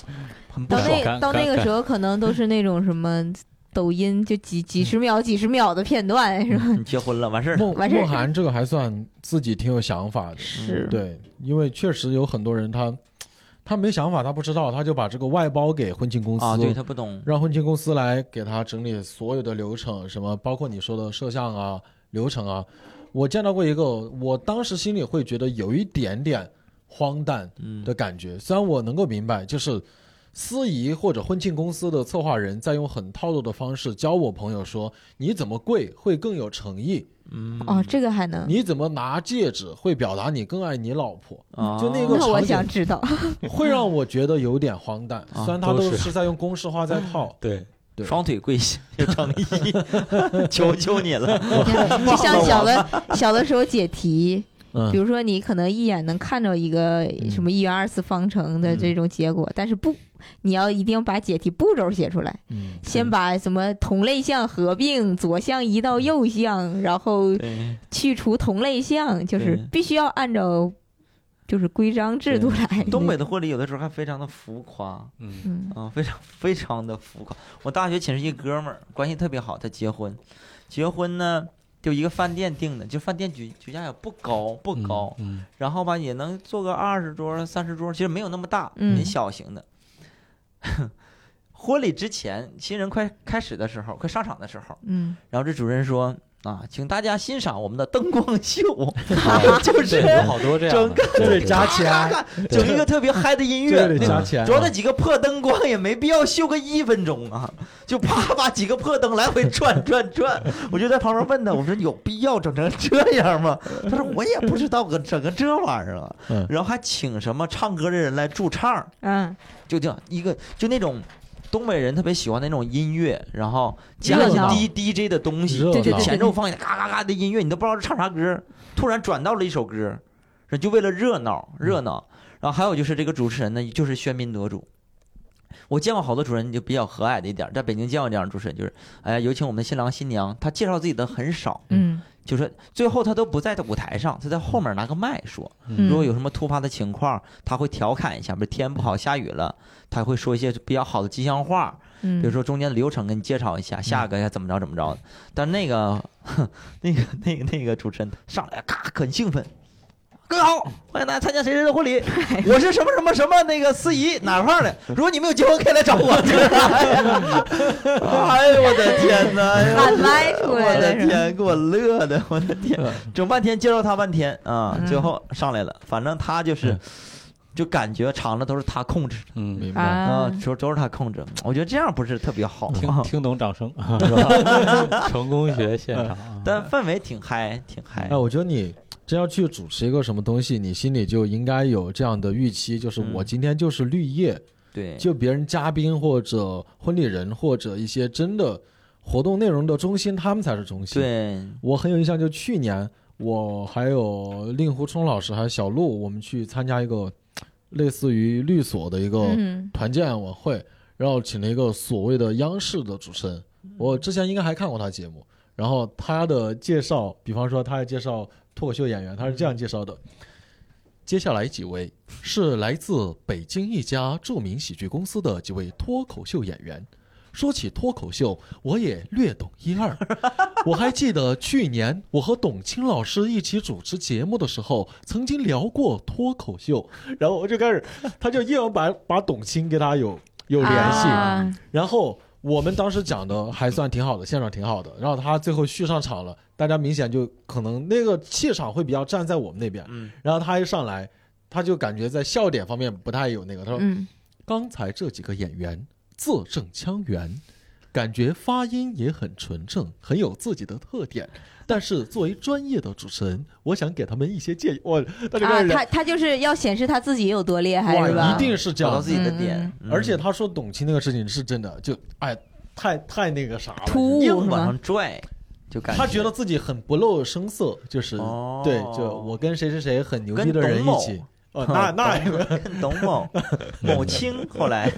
Speaker 4: 很不
Speaker 3: 到
Speaker 4: 爽。
Speaker 3: 那到那个时候，可能都是那种
Speaker 2: (laughs)
Speaker 3: 什么抖音就几几
Speaker 2: 嗯
Speaker 3: 十秒、几十秒的片段，是吧？
Speaker 4: 你结婚了，完事儿了，
Speaker 2: 梦
Speaker 3: 完事儿
Speaker 2: 梦涵这个还算自己挺有想法的，
Speaker 3: 是
Speaker 2: 对，因为确实有很多人他他没想法，他不知道，他就把这个外包给婚庆公司，
Speaker 4: 啊，对他不懂，
Speaker 2: 让婚庆公司来给他整理所有的流程，什么包括你说的摄像啊、流程啊。我见到过一个，我当时心里会觉得有一点点荒诞
Speaker 4: 嗯，
Speaker 2: 的感觉，虽然我能够明白，就是。司仪或者婚庆公司的策划人在用很套路的方式教我朋友说，你怎么跪会更有诚意，
Speaker 4: 嗯，
Speaker 3: 哦，这个还能，
Speaker 2: 你怎么拿戒指会表达你更爱你老婆？
Speaker 4: 啊
Speaker 2: 就那个
Speaker 3: 哦那我
Speaker 2: 场景
Speaker 3: 想知道，
Speaker 2: 会让我觉得有点荒诞。
Speaker 4: 啊
Speaker 2: 虽然他
Speaker 5: 都
Speaker 2: 都
Speaker 5: 是
Speaker 2: 是在用公式化在套，
Speaker 5: 对，
Speaker 2: 对
Speaker 4: 双腿跪下，有诚意， (laughs) 求求你了。
Speaker 2: 哦
Speaker 3: (laughs) 就像小的小的时候解题，
Speaker 2: 嗯
Speaker 3: 比如说你可能一眼能看到一个什么一元二次方
Speaker 2: 嗯
Speaker 3: 程的这种结果，但是不，你要一定把解题步骤写出来，
Speaker 2: 嗯，
Speaker 3: 先把什么同类项合并，左项移到右项，然后
Speaker 4: 对
Speaker 3: 去除同类项，就是
Speaker 4: 对
Speaker 3: 必须要按照就是规章制度来。
Speaker 4: 东北的婚礼有的时候还非常的浮夸，
Speaker 5: 嗯，
Speaker 3: 嗯，
Speaker 4: 啊，非常非常的浮夸。我大学寝室一哥们儿关系特别好，他结婚，结婚呢就一个饭店订的，就饭店举举价也不高不高，
Speaker 5: 嗯，
Speaker 4: 然后吧也能坐个二十桌三十桌，其实没有那么大，
Speaker 3: 嗯
Speaker 4: 很小型的。 (laughs) 婚礼之前，新人快开始的时候，快上场的时候，
Speaker 3: 嗯，
Speaker 4: 然后这主任说啊，请大家欣赏我们的灯光秀，
Speaker 5: 就
Speaker 4: (laughs)
Speaker 5: 有好多这样的，
Speaker 4: 整个
Speaker 5: 对
Speaker 2: 这得
Speaker 5: 对
Speaker 2: 加
Speaker 4: 咔
Speaker 2: 钱，
Speaker 4: 咔 (laughs) 咔整一个特别嗨的音乐，
Speaker 2: 这得
Speaker 4: 那
Speaker 2: 加
Speaker 3: 嗯
Speaker 2: 钱啊
Speaker 4: 主要那几个破灯光也没必要秀个一分钟啊， (laughs) 就啪把几个破灯来回转转转，我就在旁边问他，我说有必要整成这
Speaker 3: (laughs)
Speaker 4: 样吗？他说我也不知道，整个这玩意儿啊
Speaker 2: 嗯，
Speaker 4: 然后还请什么唱歌的人来驻唱，
Speaker 3: 嗯，
Speaker 4: 就这样一个就那种。东北人特别喜欢那种音乐，然后加
Speaker 3: 热
Speaker 4: 一些
Speaker 3: 闹
Speaker 4: D D J 的东西，
Speaker 2: 热
Speaker 3: 对对
Speaker 2: 闹
Speaker 3: 对
Speaker 4: 前奏放一咔咔咔的音乐，你都不知道是唱啥歌，突然转到了一首歌，这就为了热闹热闹。然后还有就是这个主持人呢，就是喧宾夺主。我见过好多主持人就比较和蔼的一点儿，在北京见过这样的主持人，就是哎呀，有请我们的新郎新娘，他介绍自己的很少，
Speaker 3: 嗯，
Speaker 4: 就是最后他都不在舞台上，他在后面拿个麦说，
Speaker 3: 嗯
Speaker 4: 如果有什么突发的情况，他会调侃一下，比如天不好下雨了，他会说一些比较好的吉祥话，
Speaker 3: 嗯，
Speaker 4: 比如说中间的流程给你介绍一下，下个该怎么着怎么着的。但那个那个那个那个主持人上来咔很兴奋，各位好，欢迎大家参加谁谁的
Speaker 3: (laughs)
Speaker 4: 婚礼，我是什么什么什么那个司仪哪儿块儿的，如果你们有结婚可以来找我。 (laughs) 哎呦我的天哪！哎呦
Speaker 3: 喊麦出
Speaker 4: 我
Speaker 3: 来
Speaker 4: 的
Speaker 3: 了是吧？嗯
Speaker 4: 天，给我乐的，我的天，整半天介绍他半天啊，最后上来了，反正他就是，
Speaker 3: 嗯
Speaker 4: 就感觉场子都是他控制的
Speaker 5: 嗯，
Speaker 2: 明白。
Speaker 3: 啊
Speaker 4: 啊，，都都是他控制，我觉得这样不是特别好。
Speaker 2: 嗯 (laughs)
Speaker 5: 听听懂掌声，是吧啊 (laughs) 成功学现场啊，
Speaker 4: (laughs) 但氛围挺嗨，挺嗨
Speaker 2: 哎，。我觉得你真要去主持一个什么东西，你心里就应该有这样的预期，就是
Speaker 4: 嗯
Speaker 2: 我今天就是绿叶，
Speaker 4: 对，
Speaker 2: 就别人嘉宾或者婚礼人或者一些真的活动内容的中心，他们才是中心。，
Speaker 4: 对，
Speaker 2: 我很有印象，就去年我还有令狐冲老师还有小鹿，我们去参加一个类似于律所的一个
Speaker 3: 嗯
Speaker 2: 团建晚会，然后请了一个所谓的央视的主持人，我之前应该还看过他节目。然后他的介绍，比方说他还介绍脱口秀演员，他是这样介绍的：接下来几位是来自北京一家著名喜剧公司的几位脱口秀演员。说起脱口秀，我也略懂一二。我还记得去年我和董卿老师一起主持节目的时候，曾经聊过脱口秀，然后我就开始，他就硬把把董卿给他有有联系，
Speaker 3: 啊
Speaker 2: 然后我们当时讲的还算挺好的，现场挺好的。然后他最后续上场了，大家明显就可能那个气场会比较站在我们那边。
Speaker 4: 嗯，
Speaker 2: 然后他一上来，他就感觉在笑点方面不太有那个。他说：“
Speaker 3: 嗯
Speaker 2: 刚才这几个演员字正腔圆，感觉发音也很纯正，很有自己的特点。但是作为专业的主持人，我想给他们一些建议。”我大家开
Speaker 3: 啊
Speaker 2: 始，聊，
Speaker 3: 他他就是要显示他自己有多厉害
Speaker 2: 哇，
Speaker 3: 是吧
Speaker 2: 一？定是这
Speaker 4: 找
Speaker 2: 样
Speaker 4: 到
Speaker 2: 的
Speaker 4: 自己的
Speaker 3: 嗯
Speaker 4: 点，嗯
Speaker 2: 而且他说董卿那个事情是真的，就哎，太太那个啥了，
Speaker 3: 突兀
Speaker 4: 硬
Speaker 3: 是
Speaker 4: 往
Speaker 3: 吗？
Speaker 4: 上拽，就感
Speaker 2: 他觉得自己很不露声色，就是、
Speaker 4: 哦
Speaker 2: 对，就我跟谁谁谁很牛逼
Speaker 4: 跟
Speaker 2: 的人一
Speaker 4: 董某
Speaker 2: 起，哦，
Speaker 4: (laughs)
Speaker 2: 那那也没有
Speaker 4: 跟董
Speaker 2: (laughs)
Speaker 4: 某某清后来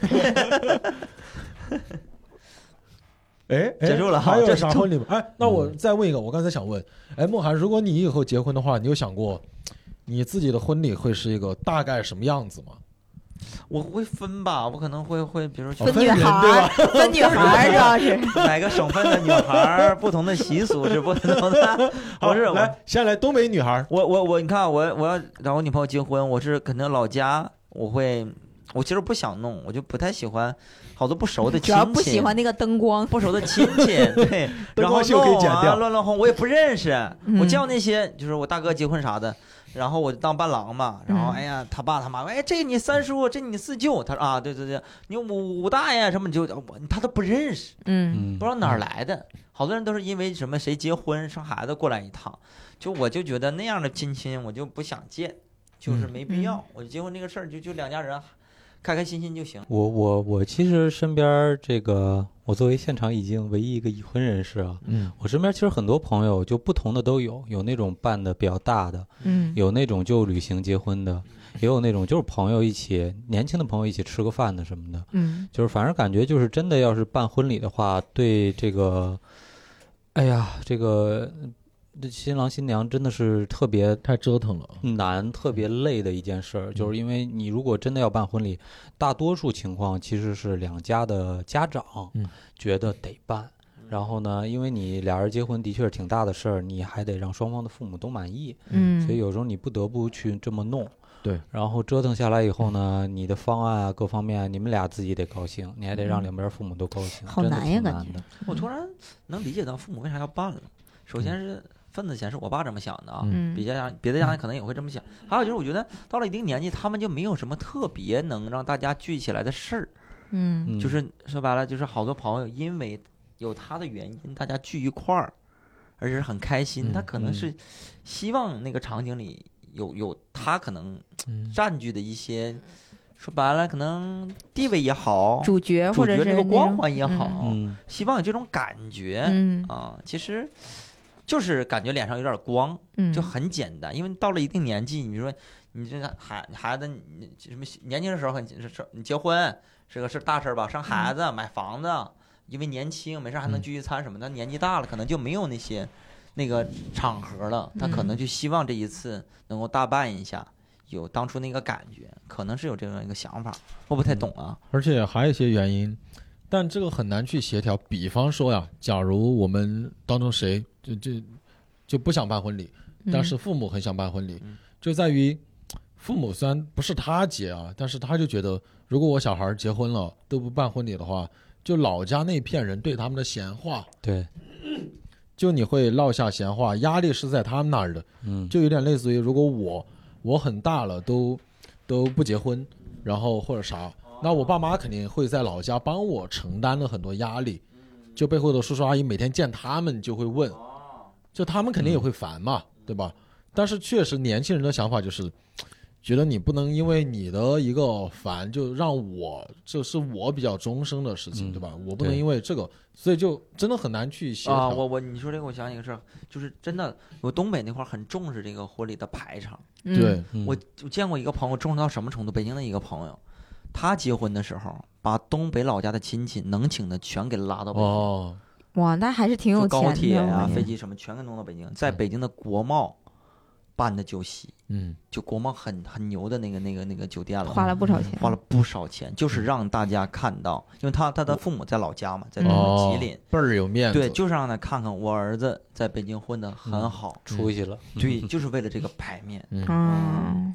Speaker 2: (laughs) 哎，哎
Speaker 4: 结束了哈
Speaker 2: 还有
Speaker 4: 这嗯是
Speaker 2: 啥婚礼吗？
Speaker 4: (laughs)
Speaker 2: 哎，那我再问一个，我刚才想问，哎，梦涵，如果你以后结婚的话，你有想过你自己的婚礼会是一个大概什么样子吗？
Speaker 4: 我会分吧，我可能会会，比如说
Speaker 3: 分女
Speaker 2: 人对
Speaker 3: 孩
Speaker 2: 吧
Speaker 3: 儿，分女孩儿主
Speaker 4: (laughs)
Speaker 3: 要是。
Speaker 4: 哪个省份的女孩
Speaker 3: (laughs)
Speaker 4: 儿，不同的习俗是不同的。不是
Speaker 2: 好
Speaker 4: 我
Speaker 2: 来，先来东北女孩儿，
Speaker 4: 我我我，你看啊我我要找我女朋友结婚，我是肯定老家我会，我其实不想弄，我就不太喜欢好多不熟的
Speaker 3: 主
Speaker 4: 亲
Speaker 3: 要
Speaker 4: 戚，
Speaker 3: 不喜欢那个灯光，
Speaker 4: 不熟的亲戚，对，
Speaker 2: 灯
Speaker 4: 然后
Speaker 2: 光秀可以
Speaker 4: 弄
Speaker 2: 剪
Speaker 4: 啊
Speaker 2: 掉
Speaker 4: 乱乱哄，我也不认识。
Speaker 3: 嗯
Speaker 4: 我见过那些，就是我大哥结婚啥的，然后我就当伴郎嘛，然后
Speaker 3: 嗯
Speaker 4: 哎呀，他爸他妈，哎，这你三叔，这你四舅，他说啊，对对对，你五五大爷什么，你就我他都不认识，
Speaker 3: 嗯
Speaker 5: 嗯，
Speaker 4: 不知道哪儿来的。好多人都是因为什么谁结婚生孩子过来一趟，就我就觉得那样的亲亲我就不想见，就是
Speaker 3: 嗯
Speaker 4: 没必要。我结婚这个事儿就就两家人开开心心就行。
Speaker 5: 我我我其实身边儿这个我作为现场已经唯一一个已婚人士啊，
Speaker 2: 嗯
Speaker 5: 我身边其实很多朋友就不同的都有，有那种办的比较大的，
Speaker 3: 嗯，
Speaker 5: 有那种就旅行结婚的，也有那种就是朋友一起年轻的朋友一起吃个饭的什么的，
Speaker 3: 嗯，
Speaker 5: 就是反正感觉就是真的要是办婚礼的话，对这个，哎呀，这个这新郎新娘真的是特别
Speaker 2: 太折腾了。
Speaker 5: 难、特别累的一件事儿，就是因为你如果真的要办婚礼，大多数情况其实是两家的家长
Speaker 2: 嗯
Speaker 5: 觉得得办，然后呢，因为你俩人结婚的确是挺大的事儿，你还得让双方的父母都满意，
Speaker 3: 嗯，
Speaker 5: 所以有时候你不得不去这么弄。
Speaker 2: 对，
Speaker 5: 然后折腾下来以后呢，你的方案啊，各方面啊，你们俩自己得高兴，你还得让两边父母都高兴，
Speaker 3: 好
Speaker 5: 真的
Speaker 3: 难
Speaker 5: 挺
Speaker 3: 呀感
Speaker 5: 难
Speaker 3: 觉
Speaker 5: 的
Speaker 4: 我突然能理解到父母为啥要办了。首先是份子钱是我爸这么想的啊，
Speaker 3: 嗯
Speaker 4: 别家别的家长可能也会这么想。还有就是，我觉得到了一定年纪，他们就没有什么特别能让大家聚起来的事儿。
Speaker 3: 嗯
Speaker 5: 嗯
Speaker 4: 就是说白了，就是好多朋友因为有他的原因，大家聚一块儿，而且是很开心。
Speaker 2: 嗯
Speaker 4: 他可能
Speaker 5: 嗯
Speaker 4: 是希望那个场景里有有他可能
Speaker 3: 嗯
Speaker 4: 占据的一些，说白了，可能地位也好，
Speaker 3: 主角
Speaker 4: 主
Speaker 3: 或者
Speaker 4: 角
Speaker 3: 是
Speaker 4: 这个
Speaker 3: 那
Speaker 4: 光
Speaker 3: 种
Speaker 4: 环也好，
Speaker 5: 嗯
Speaker 4: 希望有这种感觉
Speaker 3: 嗯
Speaker 4: 啊。其实就是感觉脸上有点光，
Speaker 3: 嗯，
Speaker 4: 就很简单，因为到了一定年纪，你说你这孩孩子，你什么年轻的时候很是是你结婚是个是大事儿吧，生孩子、买房子，因为年轻没事儿还能聚聚餐什么的，年纪大了可能就没有那些那个场合了，他可能就希望这一次能够大办一下，有当初那个感觉，可能是有这样一个想法，我不太懂啊，
Speaker 2: 而且还有一些原因，但这个很难去协调。比方说呀，假如我们当中谁就就就不想办婚礼，
Speaker 3: 嗯
Speaker 2: 但是父母很想办婚礼
Speaker 4: 嗯，
Speaker 2: 就在于父母虽然不是他结啊，但是他就觉得如果我小孩结婚了都不办婚礼的话，就老家那片人对他们的闲话，
Speaker 5: 对，
Speaker 2: 就你会落下闲话，压力是在他们那儿的，
Speaker 5: 嗯
Speaker 2: 就有点类似于如果我我很大了都都不结婚，然后或者
Speaker 4: 哦
Speaker 2: 啥，那我爸妈肯定会在老家帮我承担了很多压力，就背后的叔叔阿姨每天见他们就会问，
Speaker 4: 哦
Speaker 2: 就他们肯
Speaker 5: 嗯
Speaker 2: 定也会烦嘛，对吧？但是确实年轻人的想法就是，觉得你不能因为你的一个烦就让我这是我比较终生的事情，
Speaker 5: 嗯
Speaker 2: 对吧？我不能
Speaker 5: 对
Speaker 2: 因为这个，所以就真的很难去协
Speaker 4: 啊，
Speaker 2: 调。
Speaker 4: 我我你说这个，我想起个事儿，就是真的，我东北那块儿很重视这个婚礼的排场。
Speaker 3: 嗯
Speaker 2: 对，
Speaker 5: 嗯
Speaker 4: 我我见过一个朋友重视到什么程度？北京的一个朋友，他结婚的时候，把东北老家的亲戚能请的全给拉到北京，
Speaker 2: 哦，
Speaker 3: 哇，那还是挺有
Speaker 4: 坐
Speaker 3: 钱
Speaker 4: 高铁
Speaker 3: 的，
Speaker 4: 啊、
Speaker 3: 我
Speaker 4: 飞
Speaker 3: 觉得
Speaker 4: 机什么全给弄到北京，在北京的国贸办的酒席，
Speaker 2: 嗯，
Speaker 4: 就国贸很很牛的那个那个那个酒店了，
Speaker 3: 花了不少钱，
Speaker 4: 花了不少钱，就是让大家看到，因为他他的父母在老家嘛，在
Speaker 3: 嗯
Speaker 2: 哦
Speaker 4: 吉林，
Speaker 2: 倍儿有面子，
Speaker 4: 对，就是让他看看我儿子在北京混的很好，
Speaker 5: 出息了，
Speaker 4: 对，就是为了这个牌面。
Speaker 2: 嗯，
Speaker 3: 嗯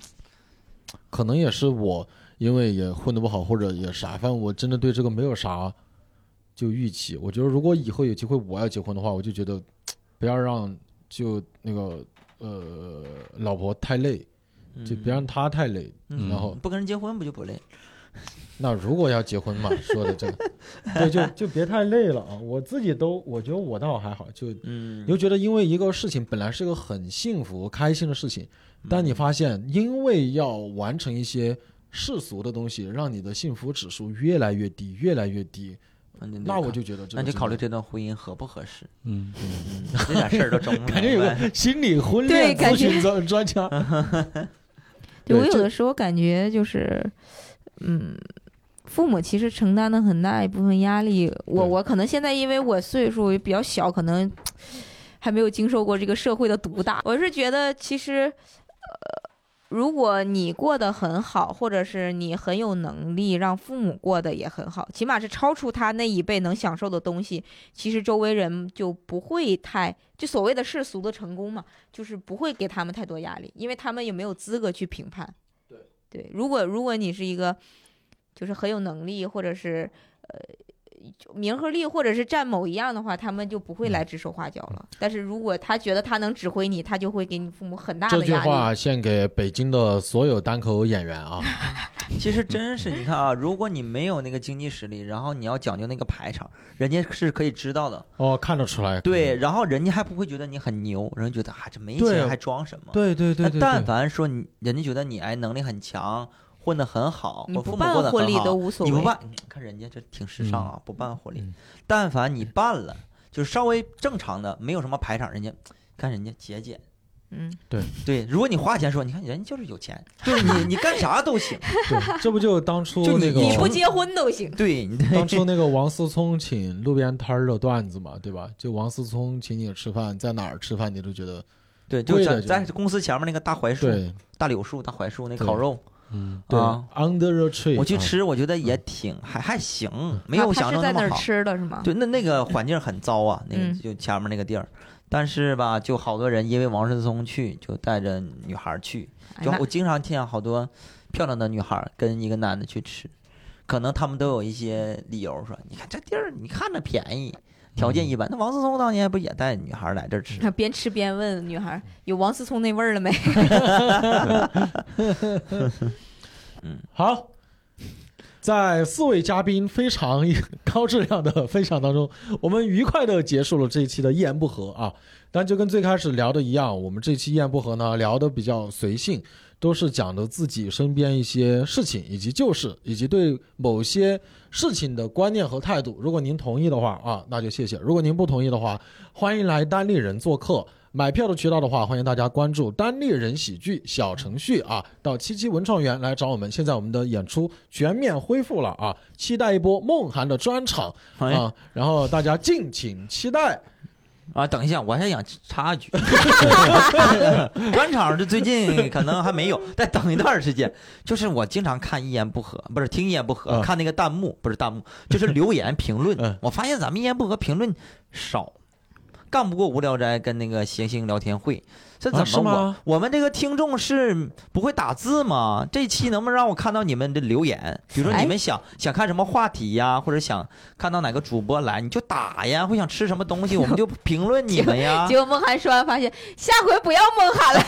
Speaker 2: 可能也是我，因为也混得不好，或者也啥，反正我真的对这个没有啥就预期。我觉得如果以后有机会我要结婚的话，我就觉得不要让就那个呃老婆太累， (laughs) 就别让她太累。
Speaker 4: 嗯，
Speaker 2: 然后
Speaker 4: 不跟人结婚不就不累？
Speaker 2: 那如果要结婚嘛，说的这
Speaker 4: (laughs)
Speaker 2: 个，对，就就别太累了啊。我自己都，我觉得我倒还好，就
Speaker 4: 嗯，
Speaker 2: 你就觉得因为一个事情本来是个很幸福、开心的事情，
Speaker 4: 嗯
Speaker 2: 但你发现因为要完成一些世俗的东西，让你的幸福指数越来越低，越来越低，
Speaker 4: 嗯你得
Speaker 2: 那我
Speaker 4: 看
Speaker 2: 就觉得这
Speaker 4: 那
Speaker 2: 个
Speaker 4: 就
Speaker 2: 真
Speaker 4: 考虑
Speaker 2: 的
Speaker 4: 这段婚姻合不合适，
Speaker 5: 嗯，
Speaker 4: 这点事儿都整
Speaker 2: (laughs)
Speaker 4: 不
Speaker 2: 感觉有
Speaker 4: 明白。
Speaker 2: 个心理婚
Speaker 3: 对
Speaker 2: 恋
Speaker 3: 感
Speaker 2: 咨
Speaker 3: 觉
Speaker 2: 询专专家， (laughs)
Speaker 3: 对我
Speaker 2: 对
Speaker 3: 有
Speaker 2: 这
Speaker 3: 的时候感觉就是，嗯，父母其实承担了很大一部分压力。我
Speaker 2: 对
Speaker 3: 我可能现在因为我岁数也比较小，可能还没有经受过这个社会的毒打。我是觉得其实，呃，如果你过得很好，或者是你很有能力，让父母过得也很好，起码是超出他那一辈能享受的东西，其实周围人就不会太就所谓的世俗的成功嘛，就是不会给他们太多压力，因为他们也没有资格去评判。对对，如果如果你是一个就是很有能力，或者是呃就名和利，或者是占某一样的话，他们就不会
Speaker 2: 嗯
Speaker 3: 来指手画脚了。但是如果他觉得他能指挥你，他就会给你父母很大
Speaker 2: 这
Speaker 3: 的
Speaker 2: 句
Speaker 3: 压力。
Speaker 2: 话献给北京的所有单口演员
Speaker 4: (laughs)
Speaker 2: 啊，
Speaker 4: 其实真是，你看啊，如果你没有那个经济实力，然后你要讲究那个排场，人家是可以知道的。
Speaker 2: 哦，看得出来，
Speaker 4: 对，，然后人家还不会觉得你很牛，人家觉得啊，这没
Speaker 2: 对
Speaker 4: 钱
Speaker 2: 啊
Speaker 4: 还装什么？
Speaker 2: 对对对对，
Speaker 4: 但
Speaker 2: 对
Speaker 4: 凡说你，人家觉得你哎能力很强，混得很好，
Speaker 3: 你
Speaker 4: 我
Speaker 3: 不
Speaker 4: 父母混
Speaker 3: 办
Speaker 4: 得
Speaker 3: 婚
Speaker 4: 很
Speaker 3: 礼都
Speaker 4: 好，
Speaker 3: 无所谓。
Speaker 4: 你不办，你看人家这挺时尚
Speaker 2: 嗯
Speaker 4: 啊，不办婚礼，但凡你办了，就是稍微正常的，没有什么排场，人家看人家节俭。
Speaker 3: 嗯，
Speaker 4: 对，如果你花钱说，你看人家就是有
Speaker 2: (laughs)
Speaker 4: 钱，就是你你干啥都行。 (laughs)
Speaker 2: 对，这不就当初
Speaker 4: 就
Speaker 2: 那个
Speaker 3: 你 (laughs) 不结婚都行。
Speaker 4: 对，你
Speaker 2: 当初那个王思聪请路边摊儿的段子嘛，对吧？就王思聪请你吃饭，在哪儿吃饭你都觉得
Speaker 4: 对，就
Speaker 2: 贵
Speaker 4: 在
Speaker 2: 的
Speaker 4: 在
Speaker 2: 就
Speaker 4: 公司前面那个大槐树、
Speaker 2: 对
Speaker 4: 大柳树、大槐树那
Speaker 2: 对
Speaker 4: 烤肉，
Speaker 5: 嗯，
Speaker 2: 对、
Speaker 4: 啊
Speaker 2: u n d e r a tree。
Speaker 4: 我去
Speaker 2: 啊，嗯
Speaker 4: 吃，我觉得也挺还还行，没
Speaker 3: 啊
Speaker 4: 有
Speaker 3: 他
Speaker 4: 想
Speaker 3: 是
Speaker 4: 象
Speaker 3: 在
Speaker 4: 那
Speaker 3: 那
Speaker 4: 么
Speaker 3: 儿
Speaker 4: 好。
Speaker 3: 吃的是吗？
Speaker 4: 对，那那个环境很糟啊，那个
Speaker 3: 嗯
Speaker 4: 就前面那个地儿。但是吧，就好多人因为王思聪去，就带着女孩儿去，
Speaker 3: 哎
Speaker 4: 就
Speaker 3: 那
Speaker 4: 我经常见好多漂亮的女孩儿跟一个男的去吃，可能他们都有一些理由说，你看这地儿，你看着便宜，条件一般。那王思聪当年不也带女孩儿来这儿吃？
Speaker 3: 边吃边问女孩儿有王思聪那味儿了没？
Speaker 2: 好，在四位嘉宾非常高质量的分享当中，我们愉快的结束了这一期的一言不合啊。但就跟最开始聊的一样，我们这期一言不合呢聊的比较随性，都是讲的自己身边一些事情以及旧事，以及对某些事情的观念和态度。如果您同意的话啊，那就谢谢；如果您不同意的话，欢迎来单立人做客。买票的渠道的话，欢迎大家关注单立人喜剧小程序啊，到七七文创园来找我们。现在我们的演出全面恢复了啊，期待一波梦涵的专场
Speaker 4: 哎
Speaker 2: 啊，然后大家敬请期待。
Speaker 4: 啊，等一下，我还想插一句， (laughs) 专场这最近可能还没有，再等一段时间。就是我经常看一言不合，不是听一言不合，
Speaker 2: 嗯
Speaker 4: 看那个弹幕，不是弹幕，就是留言评论。
Speaker 2: 嗯
Speaker 4: 我发现咱们一言不合评论少，干不过无聊斋跟那个谐星聊天会，这
Speaker 2: 啊
Speaker 4: 怎
Speaker 2: 是
Speaker 4: 么
Speaker 2: 吗
Speaker 4: 我、我们这个听众是不会打字吗？这期能不能让我看到你们的留言？比如说
Speaker 3: 哎
Speaker 4: 你们想、想看什么话题呀，或者想看到哪个主播来，你就打呀，会想吃什么东西，我们就评论你们呀
Speaker 3: 结，果梦涵说完发现下回不要梦涵了，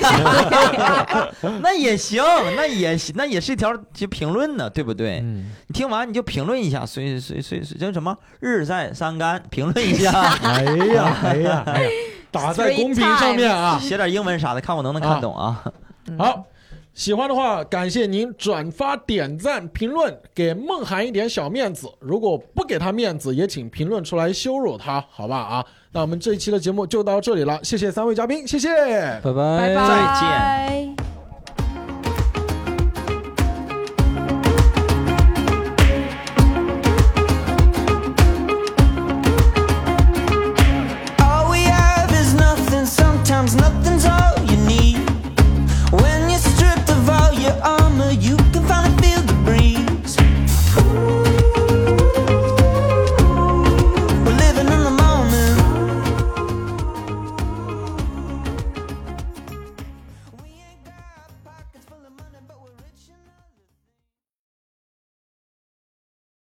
Speaker 3: 下
Speaker 4: (laughs)
Speaker 3: 回
Speaker 4: 那也行，那也行，那也是一条就评论呢，对不对？
Speaker 2: 嗯，，
Speaker 4: 你听完你就评论一下，随随随随叫什么日晒三竿，评论一下
Speaker 2: 哎呀哎呀，哎呀打在
Speaker 3: Three
Speaker 2: 公屏上面啊！
Speaker 4: 写点英文啥的，看我能不能看懂啊？
Speaker 2: 好，喜欢的话感谢您转发、点赞、评论，给梦涵一点小面子。如果不给他面子，也请评论出来羞辱他，好吧啊？那我们这一期的节目就到这里了，谢谢三位嘉宾，谢谢。
Speaker 3: 拜
Speaker 5: 拜
Speaker 3: 拜，
Speaker 4: 再见
Speaker 3: 见。